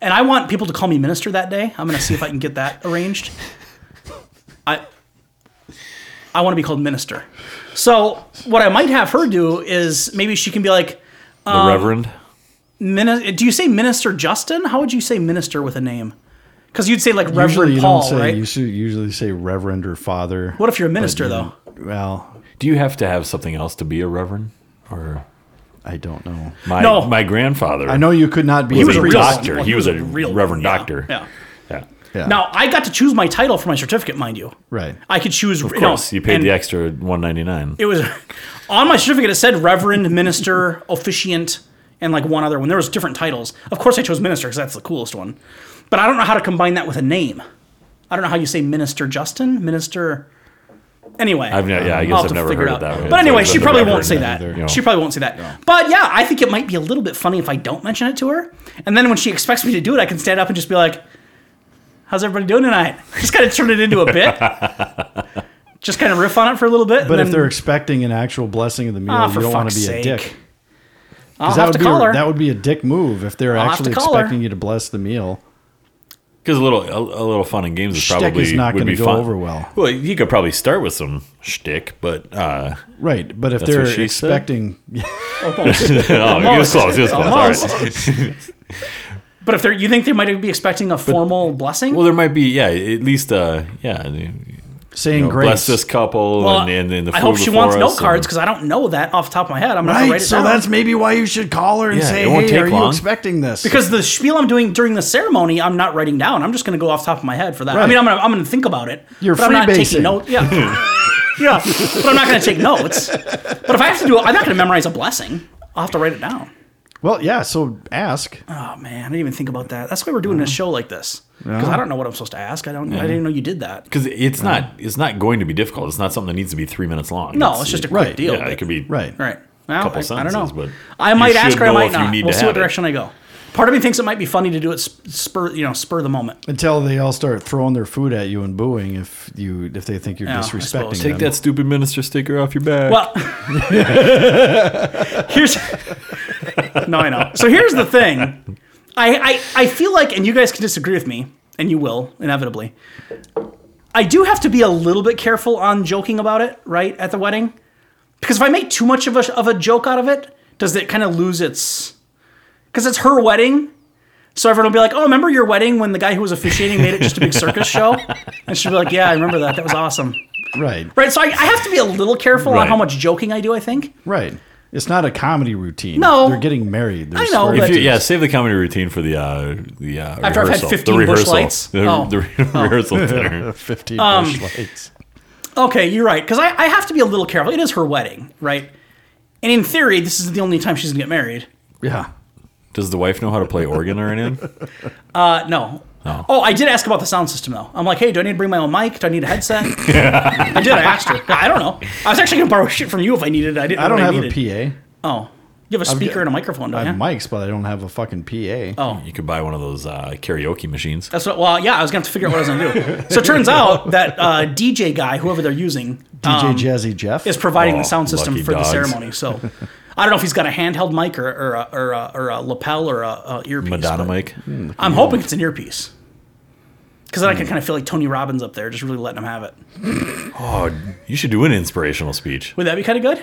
Speaker 3: and I want people to call me minister that day. I'm going to see if I can get that arranged. I I want to be called minister. So what I might have her do is maybe she can be like,
Speaker 4: the
Speaker 3: um,
Speaker 4: Reverend.
Speaker 3: Min- do you say minister Justin? How would you say minister with a name? Because you'd say like Reverend
Speaker 1: usually you
Speaker 3: Paul,
Speaker 1: don't say.
Speaker 3: right?
Speaker 1: You should usually say reverend or father.
Speaker 3: what if you're a minister though?
Speaker 1: Well,
Speaker 4: Do you have to have something else to be a Reverend? Or
Speaker 1: I don't know.
Speaker 4: my
Speaker 3: No.
Speaker 4: my grandfather?
Speaker 1: I know you could not be.
Speaker 4: He
Speaker 1: a
Speaker 4: was a
Speaker 3: real
Speaker 1: priest.
Speaker 4: doctor.
Speaker 3: one.
Speaker 4: He was a
Speaker 3: real one,
Speaker 4: Reverend
Speaker 3: yeah,
Speaker 4: Doctor.
Speaker 3: Yeah.
Speaker 4: Yeah.
Speaker 1: Yeah.
Speaker 3: Now I got to choose my title for my certificate, mind you.
Speaker 1: right.
Speaker 3: I could choose.
Speaker 4: Of course, you paid the extra one ninety nine.
Speaker 3: It was on my certificate. It said Reverend, Minister, Officiant, and like one other one. There was different titles. Of course, I chose Minister because that's the coolest one. But I don't know how to combine that with a name. I don't know how you say Minister Justin, Minister. Anyway,
Speaker 4: I've ne- yeah, I guess
Speaker 3: I'll have
Speaker 4: I've
Speaker 3: to
Speaker 4: never
Speaker 3: figure
Speaker 4: heard
Speaker 3: it
Speaker 4: it that
Speaker 3: out.
Speaker 4: way.
Speaker 3: But
Speaker 4: It's
Speaker 3: anyway,
Speaker 4: always
Speaker 3: she
Speaker 4: been the
Speaker 3: probably won't
Speaker 4: Reverend
Speaker 3: say that.
Speaker 1: either.
Speaker 3: She probably won't say that. But yeah, I think it might be a little bit funny if I don't mention it to her. And then when she expects me to do it, I can stand up and just be like, "How's everybody doing tonight?" Just kind of turn it into a bit. just kind of riff on it for a little bit.
Speaker 1: But
Speaker 3: and
Speaker 1: if
Speaker 3: then-
Speaker 1: they're expecting an actual blessing of the meal,
Speaker 3: Ah,
Speaker 1: you
Speaker 3: for
Speaker 1: don't want
Speaker 3: fuck's
Speaker 1: to be a
Speaker 3: sake.
Speaker 1: dick.
Speaker 3: I'll
Speaker 1: 'Cause that
Speaker 3: have to
Speaker 1: would be
Speaker 3: call
Speaker 1: a,
Speaker 3: her.
Speaker 1: That would be a dick move if they're
Speaker 3: I'll have to
Speaker 1: actually
Speaker 3: call her.
Speaker 1: expecting you to bless the meal.
Speaker 4: Because a little a, a little fun and games is
Speaker 1: Shtick
Speaker 4: probably
Speaker 1: is not
Speaker 4: would
Speaker 1: gonna
Speaker 4: be
Speaker 1: go
Speaker 4: fun.
Speaker 1: over well.
Speaker 4: Well, you could probably start with some shtick, but uh,
Speaker 1: Right, but if
Speaker 4: That's what
Speaker 1: they're
Speaker 4: she said?
Speaker 1: expecting,
Speaker 4: oh, it was close. It was close. All right.
Speaker 3: but if they're, you think they might be expecting a formal blessing?
Speaker 4: Well, there might be yeah, at least uh, yeah. you
Speaker 1: saying
Speaker 4: know,
Speaker 1: grace,
Speaker 4: bless this couple
Speaker 3: Well,
Speaker 4: and, and, and the food
Speaker 3: I hope she
Speaker 4: before
Speaker 3: wants note
Speaker 4: us
Speaker 3: cards
Speaker 4: and-
Speaker 3: because I don't know that off the top of my head. I'm gonna have to
Speaker 1: right?
Speaker 3: write it
Speaker 1: So
Speaker 3: down.
Speaker 1: that's maybe why you should call her and
Speaker 4: Yeah,
Speaker 1: say,
Speaker 4: it won't
Speaker 1: "Hey,
Speaker 4: take
Speaker 1: are you
Speaker 4: long."
Speaker 1: expecting this?"
Speaker 3: because the spiel I'm doing during the ceremony, I'm not writing down. I'm just gonna go off the top of my head for that. I
Speaker 1: Right.
Speaker 3: mean, I'm gonna I'm gonna think about it.
Speaker 1: You're
Speaker 3: but I'm not
Speaker 1: freebasing.
Speaker 3: taking notes. Yeah, yeah. But I'm not gonna take notes. But if I have to do, it, I'm not gonna memorize a blessing. I'll have to write it down.
Speaker 1: well, yeah. So ask.
Speaker 3: Oh man, I didn't even think about that. That's why we're doing a show like this because I don't know what I'm supposed to ask. I don't. I didn't know you did that.
Speaker 4: because it's not it's not going to be difficult. It's not something that needs to be three minutes long.
Speaker 3: Uh-huh. No, it's just a quick
Speaker 1: right,
Speaker 3: deal.
Speaker 4: yeah,
Speaker 3: but-
Speaker 4: it could be
Speaker 1: Right.
Speaker 3: Right. Well,
Speaker 4: Couple
Speaker 3: I, I don't know.
Speaker 4: sentences, but
Speaker 3: I
Speaker 4: you
Speaker 3: might ask
Speaker 4: should
Speaker 3: or I
Speaker 4: know
Speaker 3: might
Speaker 4: if you
Speaker 3: not.
Speaker 4: need to
Speaker 3: We'll see what
Speaker 4: have it.
Speaker 3: direction I go. Part of me thinks it might be funny to do it sp- spur, you know, spur the moment.
Speaker 1: Until they all start throwing their food at you and booing if you if they think you're
Speaker 3: Yeah, I
Speaker 1: disrespecting
Speaker 3: suppose.
Speaker 1: them.
Speaker 4: Take that stupid minister sticker off your back.
Speaker 3: Well, here's no, I know. So here's the thing. I, I I feel like, and you guys can disagree with me, and you will inevitably. I do have to be a little bit careful on joking about it, right, at the wedding, because if I make too much of a of a joke out of it, does it kind of lose its? Because it's her wedding. So everyone will be like, "Oh, remember your wedding when the guy who was officiating made it just a big circus show?" And she'll be like, "Yeah, I remember that. That was awesome."
Speaker 1: Right,
Speaker 3: Right, so I, I have to be a little careful on
Speaker 4: Right.
Speaker 3: how much joking I do. I think.
Speaker 1: right. It's not a comedy routine.
Speaker 3: No.
Speaker 1: they're getting married. They're
Speaker 3: I know,
Speaker 1: swearing
Speaker 4: If
Speaker 3: but-
Speaker 4: you, yeah, save the comedy routine for the uh, the uh,
Speaker 3: After I've had
Speaker 4: rehearsal.
Speaker 3: 15
Speaker 4: the
Speaker 3: bush
Speaker 4: rehearsal.
Speaker 3: lights?
Speaker 4: The,
Speaker 3: Oh.
Speaker 4: the re- rehearsal dinner.
Speaker 1: Fifteen
Speaker 3: Um,
Speaker 1: bush lights.
Speaker 3: Okay, you're right. Because I, I have to be a little careful. It is her wedding, right? And in theory, this is the only time she's gonna get married.
Speaker 1: Yeah,
Speaker 4: Does the wife know how to play organ or anything?
Speaker 3: Uh, no. Oh, I did ask about the sound system though. I'm like, hey, do I need to bring my own mic? Do I need a headset? I did. I asked her. I don't know. I was actually gonna borrow shit from you if I needed. it. I didn't.
Speaker 1: I don't
Speaker 3: know
Speaker 1: have
Speaker 3: what I needed.
Speaker 1: a PA.
Speaker 3: Oh, You have a
Speaker 1: I've
Speaker 3: speaker
Speaker 1: got-
Speaker 3: and a microphone,
Speaker 1: I
Speaker 3: don't
Speaker 1: have
Speaker 3: you?
Speaker 1: mics, but I don't have a fucking PA.
Speaker 3: Oh.
Speaker 4: You could buy one of those uh, karaoke machines.
Speaker 3: That's what, well, yeah, I was going to have to figure out what I was going to do. So it turns out that uh, DJ guy, whoever they're using,
Speaker 1: DJ
Speaker 3: um,
Speaker 1: Jazzy Jeff.
Speaker 3: is providing the
Speaker 4: Oh,
Speaker 3: sound system
Speaker 4: lucky
Speaker 3: for
Speaker 4: dogs.
Speaker 3: the ceremony. So I don't know if he's got a handheld mic or, or, a, or, a, or a lapel or a, a earpiece.
Speaker 4: Madonna
Speaker 3: but
Speaker 4: mic.
Speaker 3: I'm hoping it's an earpiece. Because then I
Speaker 4: Hmm.
Speaker 3: can kind of feel like Tony Robbins up there, just really letting him have it.
Speaker 4: Oh, you should do an inspirational speech.
Speaker 3: Would that be kind of good?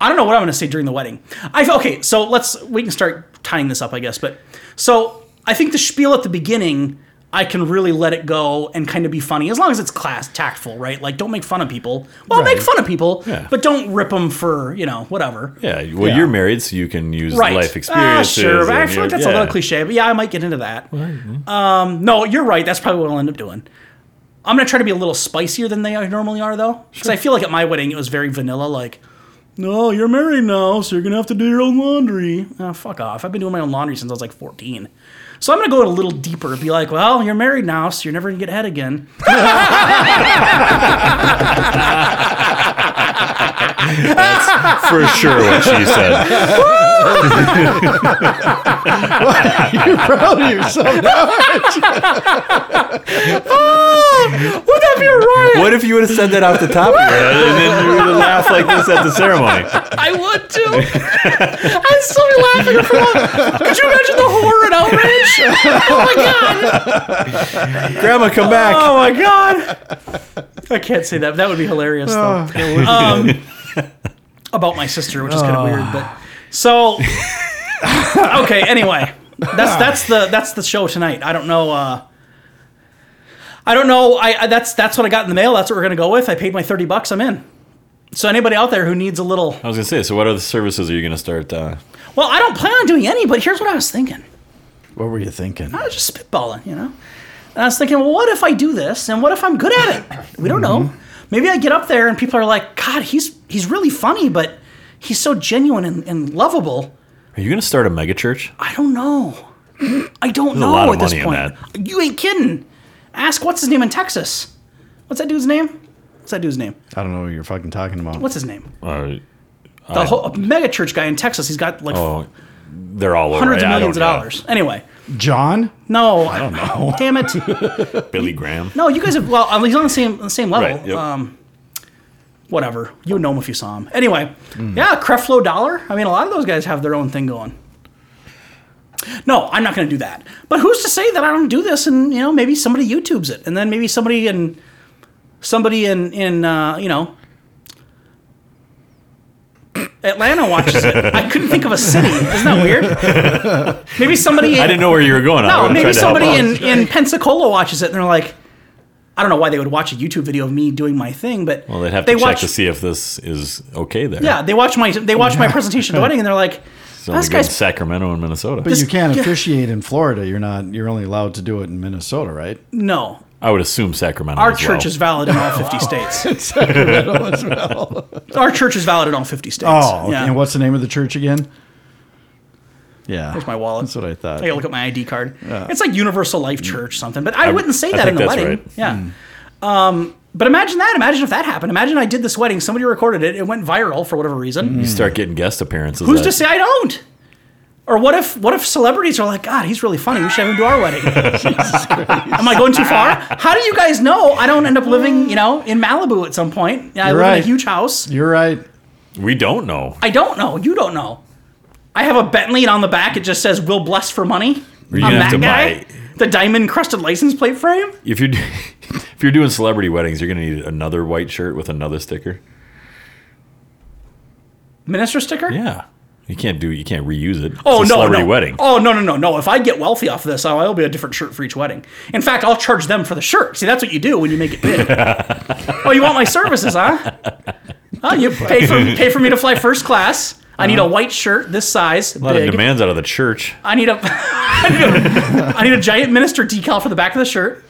Speaker 3: I don't know what I'm going to say during the wedding. I okay, so let's we can start tying this up, I guess. But so I think the spiel at the beginning, I can really let it go and kind of be funny as long as it's class tactful, right? Like don't make fun of people. Well, make
Speaker 1: Right.
Speaker 3: fun of people,
Speaker 4: Yeah.
Speaker 3: but don't rip them for you know whatever.
Speaker 4: Yeah. Well,
Speaker 1: Yeah.
Speaker 4: you're married, so you can use
Speaker 3: Right.
Speaker 4: life experiences.
Speaker 3: Ah, sure. but
Speaker 4: and
Speaker 3: I feel
Speaker 4: your-
Speaker 3: like that's a
Speaker 4: yeah.
Speaker 3: little cliche, but yeah, I might get into that. Um, no, you're right. That's probably what I'll end up doing. I'm going to try to be a little spicier than they are- normally are, though. Because I feel like at my wedding, it was very vanilla, like, no, you're married now, so you're going to have to do your own laundry. Oh, fuck off. I've been doing my own laundry since I was like 14. So I'm going to go a little deeper and be like, well, you're married now, so you're never going to get head again.
Speaker 4: For sure, what she said.
Speaker 1: You're proud of yourself. now.
Speaker 3: Would that be a riot?
Speaker 4: What if you would have said that off the top of your head and then you would have laughed like this at the ceremony?
Speaker 3: I would too. I'd still be laughing for long. Could you imagine the horror and outrage? Oh my god!
Speaker 4: Grandma, come back.
Speaker 3: Oh my god! I can't say that. but That would be hilarious though. Um, about my sister, which is kind of weird, but so okay. Anyway, that's that's the that's the show tonight. I don't know. Uh, I don't know. I, I that's that's what I got in the mail. That's what we're gonna go with. I paid my thirty bucks. I'm in. So anybody out there who needs a little
Speaker 4: I was gonna say. So, what other services are you gonna start? Uh,
Speaker 3: Well, I don't plan on doing any, but here's what I was thinking.
Speaker 1: What were you thinking?
Speaker 3: I was just spitballing, you know? And I was thinking, well, what if I do this and what if I'm good at it? We don't know.
Speaker 4: Mm-hmm.
Speaker 3: Maybe I get up there and people are like, God, he's he's really funny, but he's so genuine and, and lovable.
Speaker 4: are you gonna start a mega church?
Speaker 3: I don't know. I don't know
Speaker 4: lot of
Speaker 3: at this
Speaker 4: money in
Speaker 3: point. You ain't kidding. Ask what's his name in Texas. What's that dude's name? What's that dude's name?
Speaker 1: I don't know what you're fucking talking about.
Speaker 3: What's his name?
Speaker 4: Uh,
Speaker 3: The whole mega church guy in Texas. He's got like
Speaker 4: oh, they're all over.
Speaker 3: hundreds
Speaker 4: I
Speaker 3: of
Speaker 4: don't
Speaker 3: millions of
Speaker 4: know.
Speaker 3: dollars. Anyway,
Speaker 1: John?
Speaker 3: no, I don't know. Damn it.
Speaker 4: Billy Graham.
Speaker 3: No, you guys have. Well, he's on the same the same level.
Speaker 4: Right, yep.
Speaker 3: Um, whatever. You would know him if you saw him. Anyway, yeah, Creflo Dollar. I mean, a lot of those guys have their own thing going. No, I'm not going to do that. But who's to say that I don't do this? And you know, maybe somebody YouTube's it, and then maybe somebody in somebody in in uh, you know. Atlanta watches it. I couldn't think of a city. Isn't that weird? Maybe somebody. In,
Speaker 4: I didn't know where you were going. I
Speaker 3: no,
Speaker 4: would've
Speaker 3: maybe
Speaker 4: tried to help
Speaker 3: somebody
Speaker 4: out.
Speaker 3: in, in Pensacola watches it and they're like, I don't know why they would watch a YouTube video of me doing my thing, but
Speaker 4: Well, they'd have
Speaker 3: they
Speaker 4: to check
Speaker 3: watch,
Speaker 4: to see if this is okay there.
Speaker 3: Yeah, they watch my they watch my presentation at the wedding and they're like,
Speaker 4: It's only
Speaker 3: this
Speaker 4: good in
Speaker 3: guy's
Speaker 4: Sacramento and Minnesota.
Speaker 1: But you
Speaker 3: This-
Speaker 1: can't
Speaker 3: yeah.
Speaker 1: officiate in Florida. You're not. You're only allowed to do it in Minnesota, right?
Speaker 3: no.
Speaker 4: I would assume Sacramento.
Speaker 3: Our
Speaker 4: as
Speaker 3: church
Speaker 4: well.
Speaker 3: is valid in all fifty states.
Speaker 1: Sacramento as well.
Speaker 3: Our church is valid in all fifty states.
Speaker 1: Oh, okay.
Speaker 3: yeah.
Speaker 1: and what's the name of the church again? Yeah,
Speaker 3: Where's my wallet?
Speaker 1: That's what I thought.
Speaker 3: I gotta look at my ID card. It's like Universal Life Church something, but I, wouldn't say
Speaker 4: I
Speaker 3: that in
Speaker 4: think
Speaker 3: the
Speaker 4: that's
Speaker 3: wedding.
Speaker 4: right. Hmm.
Speaker 3: Yeah. Um, but imagine that. Imagine if that happened. Imagine I did this wedding. Somebody recorded it. It went viral for whatever reason.
Speaker 4: You start getting guest appearances.
Speaker 3: Who's
Speaker 4: that-
Speaker 3: to say I don't? Or what if what if celebrities are like, God, he's really funny. We should have him do our wedding. Am I going too far? How do you guys know I don't end up living, you know, in Malibu at some point? Yeah, I
Speaker 1: You're
Speaker 3: live in a
Speaker 1: right.
Speaker 3: huge house.
Speaker 1: You're right.
Speaker 4: We don't know.
Speaker 3: I don't know. You don't know. I have a Bentley and on the back it just says "Will bless for money." I'm
Speaker 4: You're gonna have
Speaker 3: that
Speaker 4: to
Speaker 3: guy.
Speaker 4: buy-
Speaker 3: The diamond encrusted license plate frame.
Speaker 4: If you're do- if you're doing celebrity weddings, you're gonna need another white shirt with another sticker.
Speaker 3: Minister sticker.
Speaker 4: Yeah, you can't do you can't reuse it.
Speaker 3: Oh
Speaker 4: it's a
Speaker 3: no,
Speaker 4: celebrity
Speaker 3: no.
Speaker 4: wedding.
Speaker 3: Oh no, no, no, no. If I get wealthy off this, I'll, I'll be a different shirt for each wedding. In fact, I'll charge them for the shirt. See, that's what you do when you make it big. oh, you want my services, huh? Oh, you pay for pay for me to fly first class. I need a white shirt this size,
Speaker 4: a lot of
Speaker 3: big.
Speaker 4: demands out of the church.
Speaker 3: I need a I need a, I need a giant minister decal for the back of the shirt,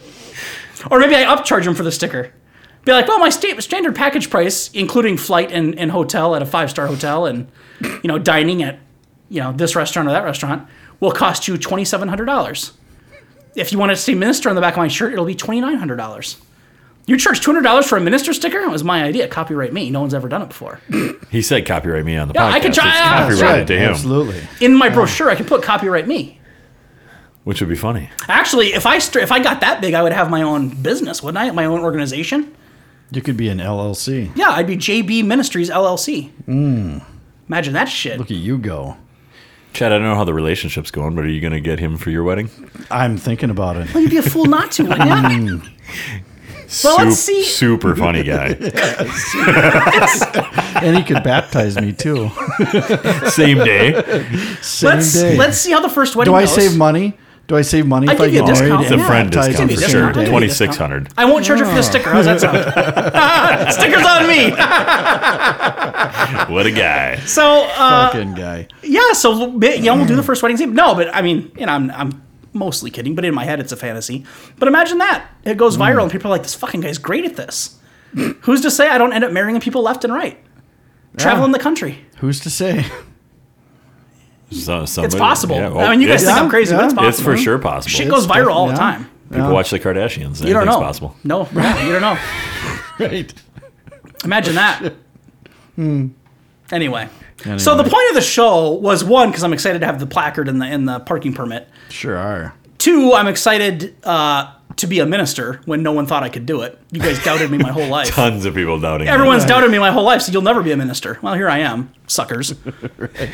Speaker 3: or maybe I upcharge them for the sticker. Be like, well, my sta- standard package price, including flight and, and hotel at a five star hotel, and you know dining at you know this restaurant or that restaurant, will cost you twenty seven hundred dollars. If you want to see minister on the back of my shirt, it'll be twenty nine hundred dollars. You charge two hundred dollars for a minister sticker? It was my idea. Copyright me. No one's ever done it before.
Speaker 4: He said copyright me on the
Speaker 3: Yeah,
Speaker 4: podcast.
Speaker 3: I could try-
Speaker 4: It's
Speaker 3: ah, that's
Speaker 4: copyrighted
Speaker 3: right.
Speaker 4: to him,
Speaker 1: Absolutely.
Speaker 3: In my brochure, I can put copyright me.
Speaker 4: which would be funny.
Speaker 3: Actually, if I st- if I got that big, I would have my own business, wouldn't I? My own organization.
Speaker 1: You could be an LLC.
Speaker 3: Yeah, I'd be JB Ministries LLC.
Speaker 1: Hmm.
Speaker 3: Imagine that shit.
Speaker 1: Look at you go.
Speaker 4: Chad, I don't know how the relationship's going, but are you going to get him for your wedding?
Speaker 1: I'm thinking about it.
Speaker 3: You'd be a fool not to, wouldn't you?
Speaker 1: Hmm.
Speaker 3: Well,
Speaker 4: Sup-
Speaker 3: let's see.
Speaker 4: Super funny guy.
Speaker 1: and he could baptize me too.
Speaker 4: Same day.
Speaker 1: Same
Speaker 3: let's
Speaker 1: day.
Speaker 3: let's see how the first wedding
Speaker 1: Do I
Speaker 3: goes.
Speaker 1: save money? Do I save money
Speaker 3: I
Speaker 1: if I
Speaker 3: give you a
Speaker 1: get married?
Speaker 3: discount.
Speaker 1: and
Speaker 4: The
Speaker 3: Yeah,
Speaker 4: friend
Speaker 1: baptized
Speaker 4: discount
Speaker 1: the
Speaker 4: for
Speaker 3: Give me a
Speaker 1: same
Speaker 4: sure.
Speaker 3: discount.
Speaker 1: day?
Speaker 4: Twenty six hundred.
Speaker 3: I won't charge her for
Speaker 1: Ah.
Speaker 3: the sticker. How's that sound? Stickers on me.
Speaker 4: What a guy.
Speaker 3: So uh,
Speaker 1: Fucking guy.
Speaker 3: yeah, so ma- yeah, we'll do
Speaker 4: Mm.
Speaker 3: the first wedding scene. No, but I mean, you know, I'm I'm mostly kidding, but in my head it's a fantasy. But imagine that it goes
Speaker 4: Mm.
Speaker 3: viral and people are like, "This fucking guy's great at this." Who's to say I don't end up marrying people left and right, traveling the country?
Speaker 1: Who's to say?
Speaker 4: So-
Speaker 3: It's
Speaker 4: somebody-
Speaker 3: possible.
Speaker 4: yeah, oh,
Speaker 3: I mean, you guys
Speaker 4: it's-
Speaker 3: think I'm
Speaker 1: yeah,
Speaker 3: crazy, but
Speaker 1: yeah.
Speaker 3: it's possible.
Speaker 4: It's for sure possible.
Speaker 3: Shit goes
Speaker 1: It's
Speaker 3: viral all the
Speaker 1: definitely-
Speaker 3: time.
Speaker 4: People watch the Kardashians.
Speaker 3: You don't know.
Speaker 4: Possible.
Speaker 3: No, no, you don't know.
Speaker 1: Right.
Speaker 3: Imagine that.
Speaker 4: Hmm.
Speaker 3: Anyway. So the point of the show was one because I'm excited to have the placard and the and the parking permit.
Speaker 1: Sure are.
Speaker 3: Two, I'm excited uh, to be a minister when no one thought I could do it. You guys doubted me my whole life.
Speaker 4: Tons of people doubting. him.
Speaker 3: Everyone's doubted me my whole life, so you'll never be a minister. Well, here I am, suckers.
Speaker 1: And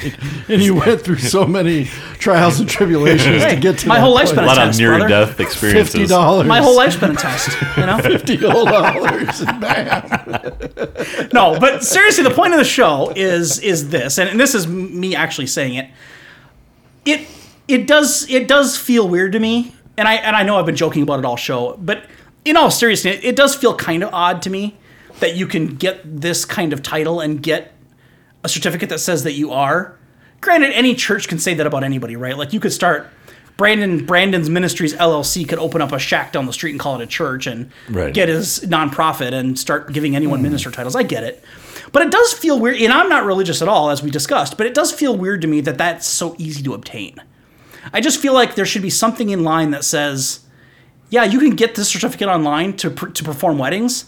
Speaker 1: he went through so many trials and tribulations to get to
Speaker 3: my
Speaker 1: that
Speaker 3: whole life's
Speaker 4: a
Speaker 1: point.
Speaker 3: been
Speaker 4: lot of
Speaker 3: Test,
Speaker 4: near
Speaker 3: brother.
Speaker 4: death experiences.
Speaker 1: fifty dollars.
Speaker 3: My whole life's been a test, you know.
Speaker 1: fifty dollars. Bam.
Speaker 3: No, but seriously, the point of the show is is this, and, and this is m- me actually saying it. It it does it does feel weird to me, and I and I know I've been joking about it all show, but in all seriousness, it, it does feel kind of odd to me that you can get this kind of title and get a certificate that says that you are. Granted, any church can say that about anybody, right? Like you could start. Brandon Brandon's Ministries LLC could open up a shack down the street and call it a church and
Speaker 4: Right.
Speaker 3: get his nonprofit and start giving anyone minister titles. I get it. But it does feel weird, and I'm not religious at all, as we discussed, but it does feel weird to me that that's so easy to obtain. I just feel like there should be something in line that says, yeah, you can get this certificate online to, per- to perform weddings,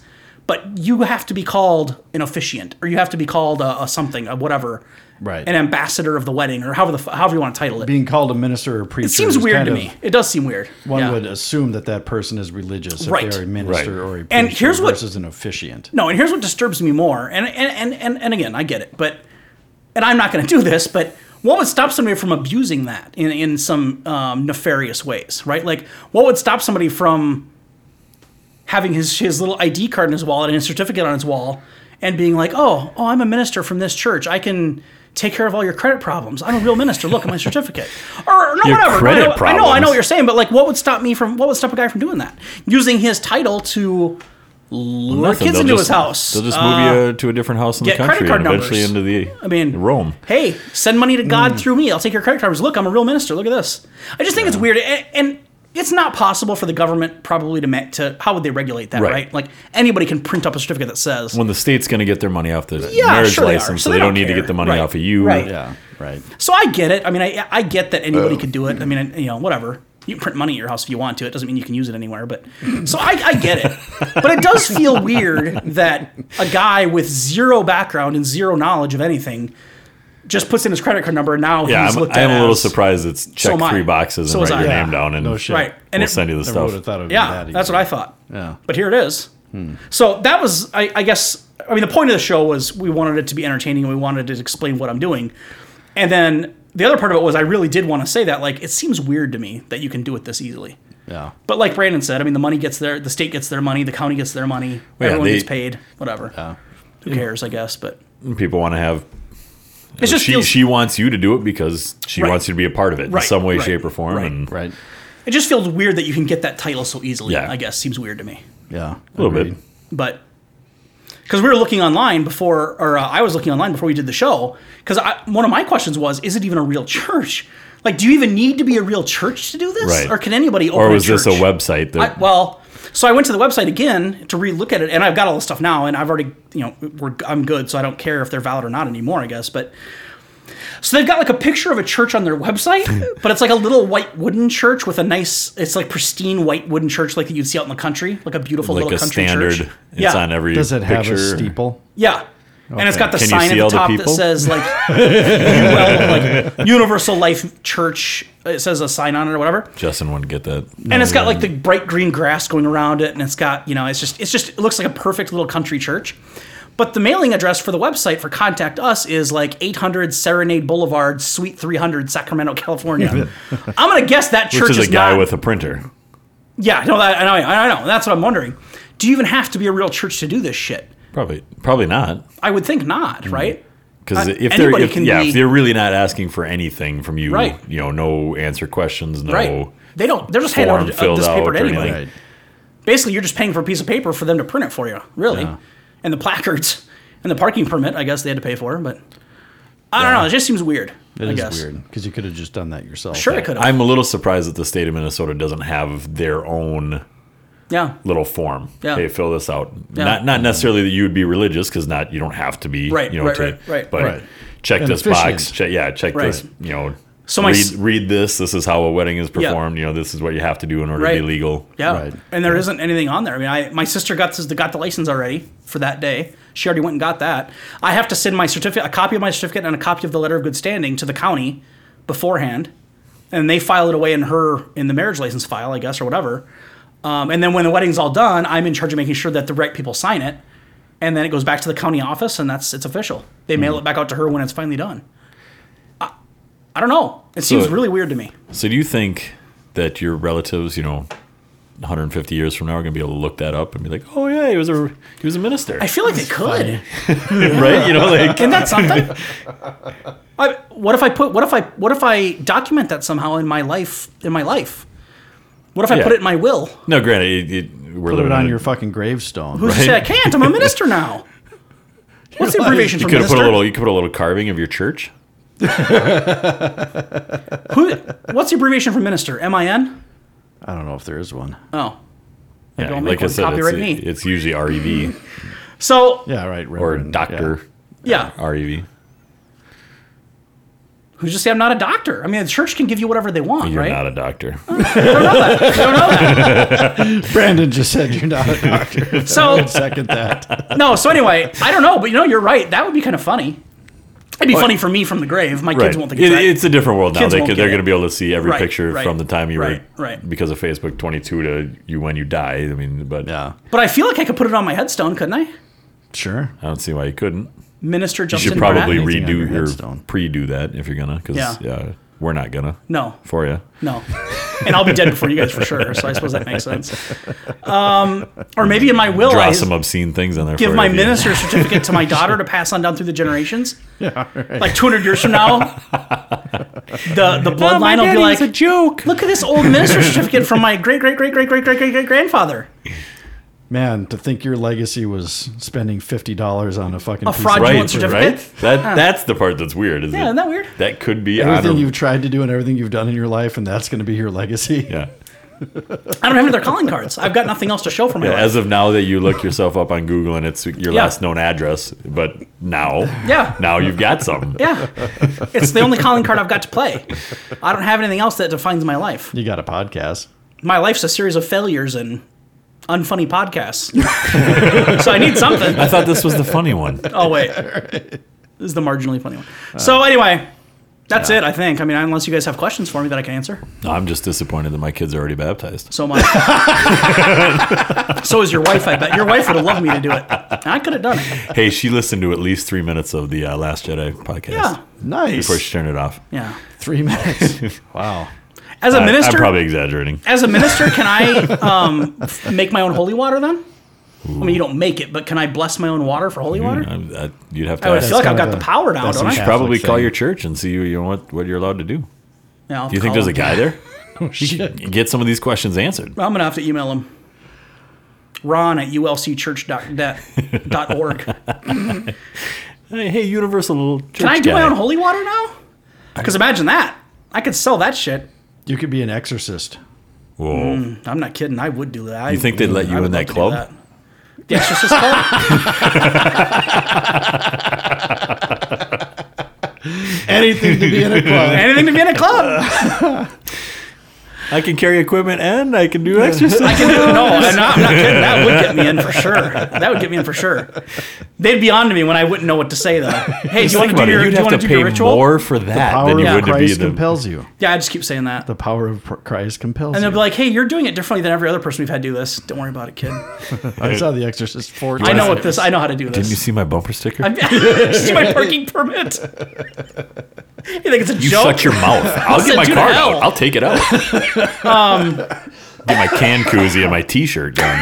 Speaker 3: but you have to be called an officiant or you have to be called a, a something, a whatever,
Speaker 1: Right.
Speaker 3: an ambassador of the wedding or however, the, f- however you want to title it.
Speaker 1: Being called a minister or preacher
Speaker 3: it seems
Speaker 1: is
Speaker 3: weird
Speaker 1: kind
Speaker 3: to
Speaker 1: of-
Speaker 3: me. It does seem weird.
Speaker 1: One
Speaker 3: Yeah.
Speaker 1: would assume that that person is religious if
Speaker 3: Right.
Speaker 1: they're a minister
Speaker 4: Right.
Speaker 1: or a preacher
Speaker 3: And here's what-
Speaker 1: versus an officiant.
Speaker 3: No, and here's what disturbs me more. And and and and, and again, I get it, but and I'm not going to do this, but what would stop somebody from abusing that in in some um, nefarious ways, right? Like, what would stop somebody from having his his little ID card in his wallet and his certificate on his wall, and being like, oh, oh, I'm a minister from this church. I can. Take care of all your credit problems. I'm a real minister. Look at my certificate. Or, or no,
Speaker 4: Your
Speaker 3: whatever. I
Speaker 4: credit
Speaker 3: know, I know, I know
Speaker 4: problems.
Speaker 3: what you're saying, but like, what would stop me from? What would stop a guy from doing that? Using his title to lure
Speaker 4: Nothing,
Speaker 3: kids
Speaker 4: they'll
Speaker 3: into his
Speaker 4: just-
Speaker 3: house.
Speaker 4: They'll just
Speaker 3: Uh,
Speaker 4: move you uh, to a different house in the
Speaker 3: get credit
Speaker 4: country
Speaker 3: card
Speaker 4: and eventually
Speaker 3: numbers.
Speaker 4: into the
Speaker 3: I mean,
Speaker 4: Rome.
Speaker 3: Hey, send money to God
Speaker 4: Hmm.
Speaker 3: through me. I'll take your credit cards. Look, I'm a real minister. Look at this. I just think it's weird, and, and it's not possible for the government probably to ma- to how would they regulate that,
Speaker 4: Right.
Speaker 3: right? Like anybody can print up a certificate that says.
Speaker 4: When the state's going to get their money off the
Speaker 3: Yeah,
Speaker 4: marriage
Speaker 3: sure they are.
Speaker 4: license,
Speaker 3: So
Speaker 4: so
Speaker 3: they
Speaker 4: they don't
Speaker 3: don't
Speaker 4: need to
Speaker 3: care.
Speaker 4: get the money
Speaker 3: Right.
Speaker 4: off of you.
Speaker 3: Right.
Speaker 1: Yeah, right.
Speaker 3: so I get it. I mean, I I get that anybody
Speaker 4: Oh.
Speaker 3: could do it. I mean, you know, whatever. You can print money at your house if you want to. It doesn't mean you can use it anywhere, but so I, I get it. But it does feel weird that a guy with zero background and zero knowledge of anything just puts in his credit card number and now
Speaker 4: Yeah,
Speaker 3: he's
Speaker 4: I'm,
Speaker 3: looked
Speaker 4: I
Speaker 3: at
Speaker 4: am a little
Speaker 3: as-
Speaker 4: surprised it's check
Speaker 3: am I.
Speaker 4: three boxes
Speaker 3: So
Speaker 4: and
Speaker 3: was
Speaker 4: write
Speaker 3: I.
Speaker 4: your
Speaker 1: Yeah.
Speaker 4: name down and
Speaker 1: No shit.
Speaker 3: Right. And
Speaker 4: we'll
Speaker 3: it-
Speaker 4: send you
Speaker 1: I
Speaker 4: the
Speaker 1: would
Speaker 4: stuff.
Speaker 1: have thought it would
Speaker 3: Yeah,
Speaker 1: be that
Speaker 3: that's
Speaker 1: easy.
Speaker 3: what I thought.
Speaker 1: Yeah.
Speaker 3: But here it is.
Speaker 4: Hmm.
Speaker 3: So that was, I, I guess, I mean, the point of the show was we wanted it to be entertaining and we wanted to explain what I'm doing. And then the other part of it was I really did want to say that, like, it seems weird to me that you can do it this easily.
Speaker 1: Yeah.
Speaker 3: But like Brandon said, I mean, the money gets their, the state gets their money, the county gets their money, everyone
Speaker 4: they-
Speaker 3: gets paid, whatever. Who cares, I guess, but
Speaker 4: People want to have.
Speaker 3: it's just
Speaker 4: she
Speaker 3: feels,
Speaker 4: she wants you to do it because she
Speaker 3: Right.
Speaker 4: wants you to be a part of it
Speaker 3: Right,
Speaker 4: in some way,
Speaker 3: right,
Speaker 4: shape, or form.
Speaker 3: right.
Speaker 4: And
Speaker 1: Right.
Speaker 3: it just feels weird that you can get that title so easily.
Speaker 4: Yeah.
Speaker 3: I guess seems weird to me.
Speaker 1: Yeah.
Speaker 4: a little bit.
Speaker 3: but because we were looking online before, or uh, I was looking online before we did the show, because one of my questions was, is it even a real church? Like, do you even need to be a real church to do this,
Speaker 4: Right.
Speaker 3: or can anybody open?
Speaker 4: Or was this a
Speaker 3: church?
Speaker 4: website
Speaker 3: I,
Speaker 4: that?
Speaker 3: well, so I went to the website again to relook at it, and I've got all this stuff now, and I've already, you know, we're, I'm good, so I don't care if they're valid or not anymore, I guess. But So they've got like a picture of a church on their website, but it's like a little white wooden church with a nice, it's like pristine white wooden church like that you'd see out in the country, like a beautiful
Speaker 4: like
Speaker 3: little
Speaker 4: a
Speaker 3: country
Speaker 4: standard.
Speaker 3: church.
Speaker 4: It's on every.
Speaker 1: Does it have
Speaker 4: picture.
Speaker 1: a steeple?
Speaker 3: Yeah. And it's got the
Speaker 4: Can you
Speaker 3: sign
Speaker 4: see
Speaker 3: at the
Speaker 4: all the
Speaker 3: top that
Speaker 4: people?
Speaker 3: says like, well, like Universal Life Church. It says a sign on it or whatever,
Speaker 4: Justin wouldn't get that.
Speaker 3: and it's got like the bright green grass going around it, and it's got you know, it's just it's just it looks like a perfect little country church. But the mailing address for the website for contact us is like 800 Serenade Boulevard, Suite 300, Sacramento, California. I'm gonna guess that church
Speaker 4: Which is a guy
Speaker 3: not-
Speaker 4: with a printer.
Speaker 3: yeah, no, that, I know, I know. That's what I'm wondering. Do you even have to be a real church to do this shit?
Speaker 4: Probably, probably not.
Speaker 3: I would think not,
Speaker 4: Mm.
Speaker 3: right?
Speaker 4: Because
Speaker 3: Uh,
Speaker 4: if they're
Speaker 3: anybody
Speaker 4: if,
Speaker 3: can
Speaker 4: yeah,
Speaker 3: be-
Speaker 4: if they're really not asking for anything from you,
Speaker 3: Right.
Speaker 4: you know, no answer questions, no.
Speaker 3: Right. They don't. They're just handing
Speaker 4: form
Speaker 3: out a- a-
Speaker 4: filled
Speaker 3: this paper
Speaker 4: out
Speaker 3: to
Speaker 4: or
Speaker 3: anybody.
Speaker 4: anything.
Speaker 3: Basically, you're just paying for a piece of paper for them to print it for you, really. And the placards and the parking permit, I guess they had to pay for, but I don't know. It just seems weird.
Speaker 1: It
Speaker 3: I
Speaker 1: is
Speaker 3: guess.
Speaker 1: weird because you could have just done that yourself.
Speaker 3: Sure, I could have.
Speaker 4: I'm a little surprised that the state of Minnesota doesn't have their own
Speaker 3: Yeah.
Speaker 4: little form.
Speaker 3: Yeah.
Speaker 4: Hey, fill this out.
Speaker 3: Yeah.
Speaker 4: Not not necessarily that you would be religious because not you don't have to be.
Speaker 3: Right,
Speaker 4: You know,
Speaker 3: right,
Speaker 4: to,
Speaker 3: right, right,
Speaker 4: But
Speaker 1: right.
Speaker 4: check
Speaker 1: An
Speaker 4: this box.
Speaker 1: officiant.
Speaker 4: Check, yeah, check
Speaker 3: Right.
Speaker 4: this. You know.
Speaker 3: So my
Speaker 4: read,
Speaker 3: s-
Speaker 4: read this. This is how a wedding is performed. You know, this is what you have to do in order
Speaker 3: Right.
Speaker 4: to be legal.
Speaker 3: Yeah.
Speaker 1: Right.
Speaker 3: And there not anything on there. I mean, I, my sister got this, got the license already for that day. She already went and got that. I have to send my certificate, a copy of my certificate, and a copy of the letter of good standing to the county beforehand, and they file it away in her in the marriage license file, I guess, or whatever. Um, and then when the wedding's all done, I'm in charge of making sure that the right people sign it, and then it goes back to the county office, and that's it's official. They mail it back out to her when it's finally done. I, I don't know. It seems
Speaker 4: So-
Speaker 3: really weird to me.
Speaker 4: So do you think that your relatives, you know, 150 years from now, are going to be able to look that up and be like, oh yeah, he was a he was a minister,
Speaker 3: I feel like they could.
Speaker 4: right? You know, like
Speaker 3: Isn't that something? I, what if I put? What if I? What if I document that somehow in my life? In my life, what if I
Speaker 4: Yeah.
Speaker 3: put it in my will?
Speaker 4: no, granted, it, it, we're
Speaker 1: Put
Speaker 4: living
Speaker 1: it on
Speaker 4: in a-
Speaker 1: your fucking gravestone.
Speaker 3: Who's to say I can't? I'm a minister now. What's the abbreviation
Speaker 4: You
Speaker 3: for
Speaker 4: could have
Speaker 3: minister?
Speaker 4: put a little. You could put a little carving of your church.
Speaker 3: Who, what's the abbreviation for minister? M I N?
Speaker 1: I don't know if there is one.
Speaker 3: Oh,
Speaker 4: Yeah,
Speaker 3: don't make one
Speaker 4: it's,
Speaker 3: copyright me.
Speaker 4: it's usually REV
Speaker 3: so yeah.
Speaker 1: Yeah, right.
Speaker 4: or
Speaker 1: Reverend,
Speaker 4: Doctor E REV.
Speaker 3: Who's to say I'm not a doctor? I mean, the church can give you whatever they want,
Speaker 4: You're
Speaker 3: right?
Speaker 4: not a doctor.
Speaker 1: yeah. Brandon just said you're not a doctor.
Speaker 3: so
Speaker 1: Second that.
Speaker 3: no. So anyway, I don't know, but you know, you're right. That would be kind of funny. It'd be funny for me from the grave. My kids
Speaker 4: Right.
Speaker 3: won't think
Speaker 4: It-
Speaker 3: it's that.
Speaker 4: it's a different world now.
Speaker 3: Kids
Speaker 4: They
Speaker 3: won't
Speaker 4: could,
Speaker 3: get
Speaker 4: they're
Speaker 3: it.
Speaker 4: going to be able to see every
Speaker 3: Right,
Speaker 4: picture
Speaker 3: right,
Speaker 4: from the time you
Speaker 3: right,
Speaker 4: were
Speaker 3: right.
Speaker 4: because of Facebook 22 to you when you die. I mean, but
Speaker 1: Yeah.
Speaker 3: but I feel like I could put it on my headstone, couldn't I?
Speaker 1: Sure.
Speaker 4: I don't see why you couldn't.
Speaker 3: Minister
Speaker 4: You
Speaker 3: Justin
Speaker 4: should probably
Speaker 3: Bradley.
Speaker 1: Anything on
Speaker 4: redo
Speaker 1: your
Speaker 4: your
Speaker 1: headstone.
Speaker 4: pre-do that if you're gonna because
Speaker 3: Yeah.
Speaker 4: yeah. we're not gonna
Speaker 3: No,
Speaker 4: for you.
Speaker 3: no. And I'll be dead before you guys for sure. So I suppose that makes sense. Um, or maybe in my will,
Speaker 4: Draw
Speaker 3: I
Speaker 4: some obscene things on there.
Speaker 3: give
Speaker 4: for
Speaker 3: my
Speaker 4: you.
Speaker 3: minister certificate to my daughter to pass on down through the generations.
Speaker 1: Yeah. Right.
Speaker 3: Like 200 years from now, the, the bloodline will be like,
Speaker 4: joke.
Speaker 3: look at this old minister certificate from my great, great, great, great, great, great, great, great grandfather.
Speaker 1: Man, to think your legacy was spending fifty dollars on a fucking piece of
Speaker 3: fraudulent
Speaker 1: paper.
Speaker 4: Right,
Speaker 3: certificate.
Speaker 4: right. That that's the part that's weird. Is
Speaker 3: Yeah, isn't that weird?
Speaker 4: That could be
Speaker 1: Everything
Speaker 4: honor-
Speaker 1: you've tried to do and everything you've done in your life, and that's going to be your legacy.
Speaker 4: Yeah.
Speaker 3: I don't have any other calling cards. I've got nothing else to show for my
Speaker 4: Yeah,
Speaker 3: life.
Speaker 4: As of now, that you look yourself up on Google and it's your
Speaker 3: Yeah.
Speaker 4: last known address, but now,
Speaker 3: Yeah.
Speaker 4: now you've got something.
Speaker 3: yeah. It's the only calling card I've got to play. I don't have anything else that defines my life.
Speaker 1: You got a podcast.
Speaker 3: my life's a series of failures and unfunny podcasts. so I need something.
Speaker 4: I thought this was the funny one.
Speaker 3: Oh wait, this is the marginally funny one.
Speaker 4: Uh,
Speaker 3: so anyway, that's it. I think. I mean, unless you guys have questions for me that I can answer,
Speaker 4: No, I'm just disappointed that my kids are already baptized.
Speaker 3: so much. so is your wife. I bet your wife would have loved me to do it. And I could have done it.
Speaker 4: Hey, she listened to at least three minutes of the uh, Last Jedi podcast
Speaker 3: Yeah,
Speaker 1: Nice.
Speaker 4: before she turned it off.
Speaker 3: yeah.
Speaker 1: Three minutes. wow.
Speaker 3: As a
Speaker 4: I-
Speaker 3: minister,
Speaker 4: I'm probably exaggerating.
Speaker 3: as a minister, can I um, f- make my own holy water then? I mean, you don't make it, but can I bless my own water for
Speaker 4: Mm,
Speaker 3: holy water?
Speaker 4: I'm- I- you'd have to
Speaker 3: I would
Speaker 4: ask.
Speaker 3: feel like I've
Speaker 1: kind
Speaker 3: got
Speaker 1: of
Speaker 3: the
Speaker 1: a-
Speaker 3: power now,
Speaker 1: that's
Speaker 3: don't
Speaker 1: a
Speaker 3: I?
Speaker 1: sh-
Speaker 3: Yeah,
Speaker 4: Probably
Speaker 1: Catholic
Speaker 4: call
Speaker 1: thing.
Speaker 4: your church and see you know what, what you're allowed to do.
Speaker 3: I'll
Speaker 4: Do you think
Speaker 3: call
Speaker 4: there's a
Speaker 3: him.
Speaker 4: guy there?
Speaker 1: Shit.
Speaker 4: Get some of these questions answered.
Speaker 3: I'm gonna have to email him. Ron at ulcchurch.org. Can
Speaker 4: Hey, hey, Universal Church
Speaker 3: I do my
Speaker 4: guy.
Speaker 3: own holy water now? Because imagine that. I could sell that shit.
Speaker 1: You could be an exorcist.
Speaker 4: Whoa.
Speaker 3: I'm not kidding. I would do that. I-
Speaker 4: You think they'd let
Speaker 3: I
Speaker 4: you
Speaker 3: would
Speaker 4: in
Speaker 3: love
Speaker 4: that
Speaker 3: to do
Speaker 4: club?
Speaker 3: The Exorcist Club?
Speaker 1: anything to be in a club.
Speaker 3: Anything to be in a club.
Speaker 4: I can carry equipment and I can do exercise.
Speaker 3: I can do it. No, I'm not, I'm not kidding. That would get me in for sure. That would get me in for sure. They'd be on to me when I wouldn't know what to say though. Hey, do you want to do your, do
Speaker 4: You'd
Speaker 3: you
Speaker 4: have
Speaker 3: want
Speaker 4: to
Speaker 3: to do your
Speaker 4: pay
Speaker 3: ritual?
Speaker 4: more for that
Speaker 1: Power
Speaker 4: than you
Speaker 1: of
Speaker 4: would to be
Speaker 1: Christ
Speaker 4: the.
Speaker 1: compels you.
Speaker 3: Yeah, I just keep saying that.
Speaker 1: The power of pr- Christ compels
Speaker 3: And
Speaker 1: you.
Speaker 3: they'll be like, "Hey, you're doing it differently than every other person we've had do this. Don't worry about it, kid.
Speaker 1: I saw The Exorcist four times.
Speaker 3: I know what this. I know how to do
Speaker 4: Didn't you
Speaker 3: this.
Speaker 4: see my bumper sticker?
Speaker 3: This is my parking permit. You think it's a
Speaker 4: you
Speaker 3: joke?
Speaker 4: shut your mouth. I'll
Speaker 3: Send
Speaker 4: get my
Speaker 3: you to
Speaker 4: card
Speaker 3: hell.
Speaker 4: out. I'll take it out. get my can koozie and my t-shirt done.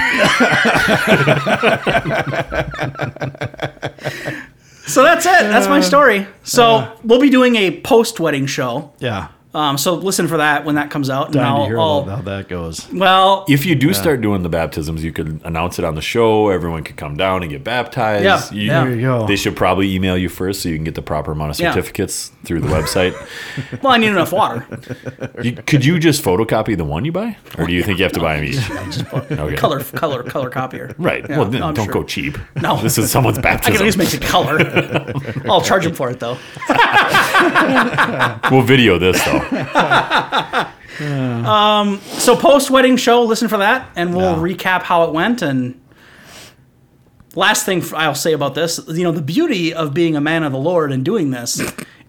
Speaker 3: so that's it. That's my story. So we'll be doing a post-wedding show.
Speaker 1: Yeah.
Speaker 3: Um, so listen for that when that comes out. And
Speaker 1: Dying to
Speaker 3: I'll,
Speaker 1: hear
Speaker 3: I'll-
Speaker 1: about how that goes.
Speaker 3: well,
Speaker 4: If you do start doing the baptisms, you could announce it on the show. Everyone could come down and get baptized.
Speaker 3: Yeah,
Speaker 4: You-
Speaker 3: yeah.
Speaker 1: There you go.
Speaker 4: They should probably email you first so you can get the proper amount of
Speaker 3: Yeah.
Speaker 4: certificates through the website.
Speaker 3: well, I need enough water.
Speaker 4: You, could you just photocopy the one you buy, or do you think you have to buy them each? Okay.
Speaker 3: color, color, color copier.
Speaker 4: Right. well, then
Speaker 3: no, I'm
Speaker 4: don't
Speaker 3: sure.
Speaker 4: go cheap.
Speaker 3: No.
Speaker 4: This is someone's
Speaker 3: I can at
Speaker 4: baptism.
Speaker 3: least make it color. I'll charge him for it though.
Speaker 4: we'll video this though.
Speaker 3: So post wedding show, listen for that, and we'll
Speaker 1: Yeah.
Speaker 3: recap how it went. And last thing I'll say about this, you know, the beauty of being a man of the Lord and doing this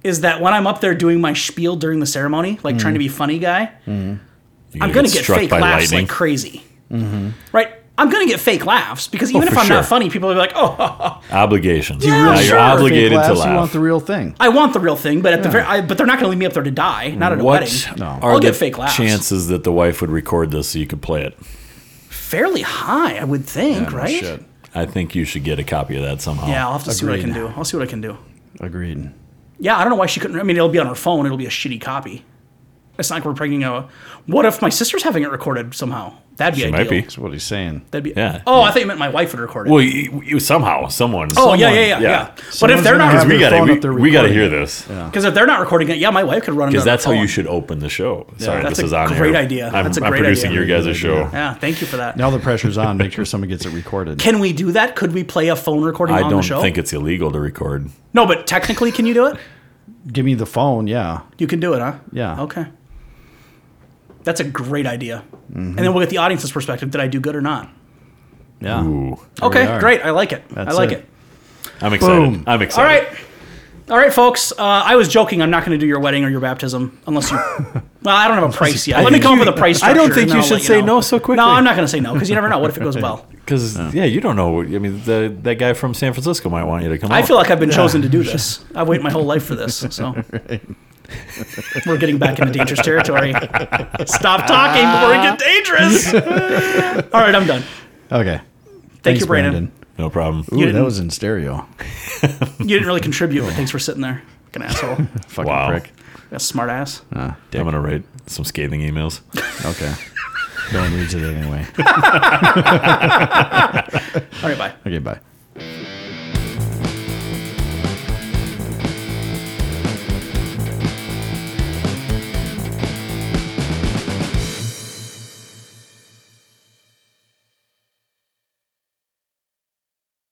Speaker 3: is that when I'm up there doing my spiel during the ceremony, like trying to be funny guy,
Speaker 4: You're
Speaker 3: I'm gonna get,
Speaker 4: Mm. Mm-hmm. struck
Speaker 3: fake
Speaker 4: by
Speaker 3: laughs
Speaker 4: lightning. Mm-hmm.
Speaker 3: like crazy, right? I'm gonna get fake laughs because even if
Speaker 4: Oh, for
Speaker 3: I'm
Speaker 4: sure.
Speaker 3: not funny, people will be like, "Oh,
Speaker 4: Obligations.
Speaker 3: you
Speaker 4: Yeah,
Speaker 3: really
Speaker 4: you're
Speaker 3: sure?
Speaker 4: obligated
Speaker 1: Fake laughs,
Speaker 4: to
Speaker 1: You want
Speaker 4: laugh.
Speaker 1: the real thing.
Speaker 3: I want the real thing," but at the very, I, but they're not gonna leave me up there to die, not at a
Speaker 4: What
Speaker 3: wedding.
Speaker 4: are
Speaker 3: I'll
Speaker 4: the
Speaker 3: get fake laughs.
Speaker 4: chances that the wife would record this so you could play it?
Speaker 3: Fairly high, I would think, right?
Speaker 1: Shit.
Speaker 4: I think you should get a copy of that somehow.
Speaker 3: Yeah, I'll have to see what I can
Speaker 1: Agreed.
Speaker 3: do. I'll see what I can do.
Speaker 1: Agreed.
Speaker 3: Yeah, I don't know why she couldn't. I mean, it'll be on her phone. It'll be a shitty copy. It's not like we're bringing a. What if my sister's having it recorded somehow? That'd be
Speaker 4: She
Speaker 3: ideal.
Speaker 4: might be.
Speaker 1: That's what he's saying.
Speaker 3: That'd be.
Speaker 4: Yeah.
Speaker 3: Oh, I thought you meant my wife would record it.
Speaker 4: Well, you, you, somehow, someone.
Speaker 3: oh yeah, yeah, yeah, yeah. But if
Speaker 1: Someone's
Speaker 3: they're
Speaker 1: gonna
Speaker 3: not
Speaker 1: have
Speaker 4: We
Speaker 1: Their
Speaker 4: got
Speaker 1: phone
Speaker 4: to
Speaker 1: up, they're
Speaker 4: we, got to
Speaker 1: recording
Speaker 4: hear
Speaker 1: it.
Speaker 4: this
Speaker 3: because if they're not recording it, yeah, my wife could run it
Speaker 4: because
Speaker 3: on her
Speaker 4: that's how you
Speaker 3: phone.
Speaker 4: should open the show. Sorry,
Speaker 3: That's
Speaker 4: this
Speaker 3: a
Speaker 4: is on
Speaker 3: great
Speaker 4: air.
Speaker 3: idea.
Speaker 4: I'm,
Speaker 3: That's a
Speaker 4: I'm
Speaker 3: great
Speaker 4: producing
Speaker 3: idea.
Speaker 4: your guys'
Speaker 1: Good
Speaker 4: show.
Speaker 1: idea.
Speaker 3: Yeah, thank you for that.
Speaker 1: Now the pressure's on. Make sure someone gets it recorded.
Speaker 3: Can we do that? Could we play a phone recording
Speaker 4: I
Speaker 3: on the
Speaker 4: don't
Speaker 3: show?
Speaker 4: think it's illegal to record.
Speaker 3: no, but technically, can you do it?
Speaker 1: Give me the phone. Yeah.
Speaker 3: You can do it, huh?
Speaker 1: Yeah.
Speaker 3: Okay. That's a great idea.
Speaker 1: Mm-hmm.
Speaker 3: And then we'll get the audience's perspective. Did I do good or not? Ah.
Speaker 1: Yeah.
Speaker 4: Ooh.
Speaker 1: we
Speaker 3: Okay,
Speaker 1: are.
Speaker 3: great. I like it. I
Speaker 1: That's
Speaker 3: like
Speaker 1: it.
Speaker 3: it.
Speaker 4: I'm excited.
Speaker 1: Boom.
Speaker 4: I'm
Speaker 3: All
Speaker 4: excited.
Speaker 3: right. All right, folks. Uh, I was joking. I'm not going to do your wedding or your baptism unless you. Well, I don't have a price yet. Let me come up with a price.
Speaker 4: I don't
Speaker 3: structure,
Speaker 4: think
Speaker 3: and
Speaker 4: you
Speaker 3: I'll
Speaker 4: should
Speaker 3: let
Speaker 4: say
Speaker 3: know.
Speaker 4: no so quickly.
Speaker 3: No, I'm not going to say no because you never know. What if it goes well?
Speaker 4: Because yeah. you don't know. I mean, the, that guy from San Francisco might want you to come.
Speaker 3: I
Speaker 4: out.
Speaker 3: feel like I've been chosen to do this. I've waited my whole life for this. So we're getting back into dangerous territory. Stop talking before we get dangerous. All right, I'm done.
Speaker 1: Okay.
Speaker 3: Thank you, Brandon.
Speaker 4: no problem.
Speaker 1: Ooh, that
Speaker 3: didn't-
Speaker 1: was in stereo.
Speaker 3: You didn't really contribute, but thanks for sitting there. Fucking asshole.
Speaker 1: Fucking
Speaker 4: Wow.
Speaker 1: prick.
Speaker 3: That's smart ass.
Speaker 4: I'm gonna write some scathing emails.
Speaker 1: Okay. no one reads it anyway.
Speaker 3: All right, bye.
Speaker 1: Okay. Bye.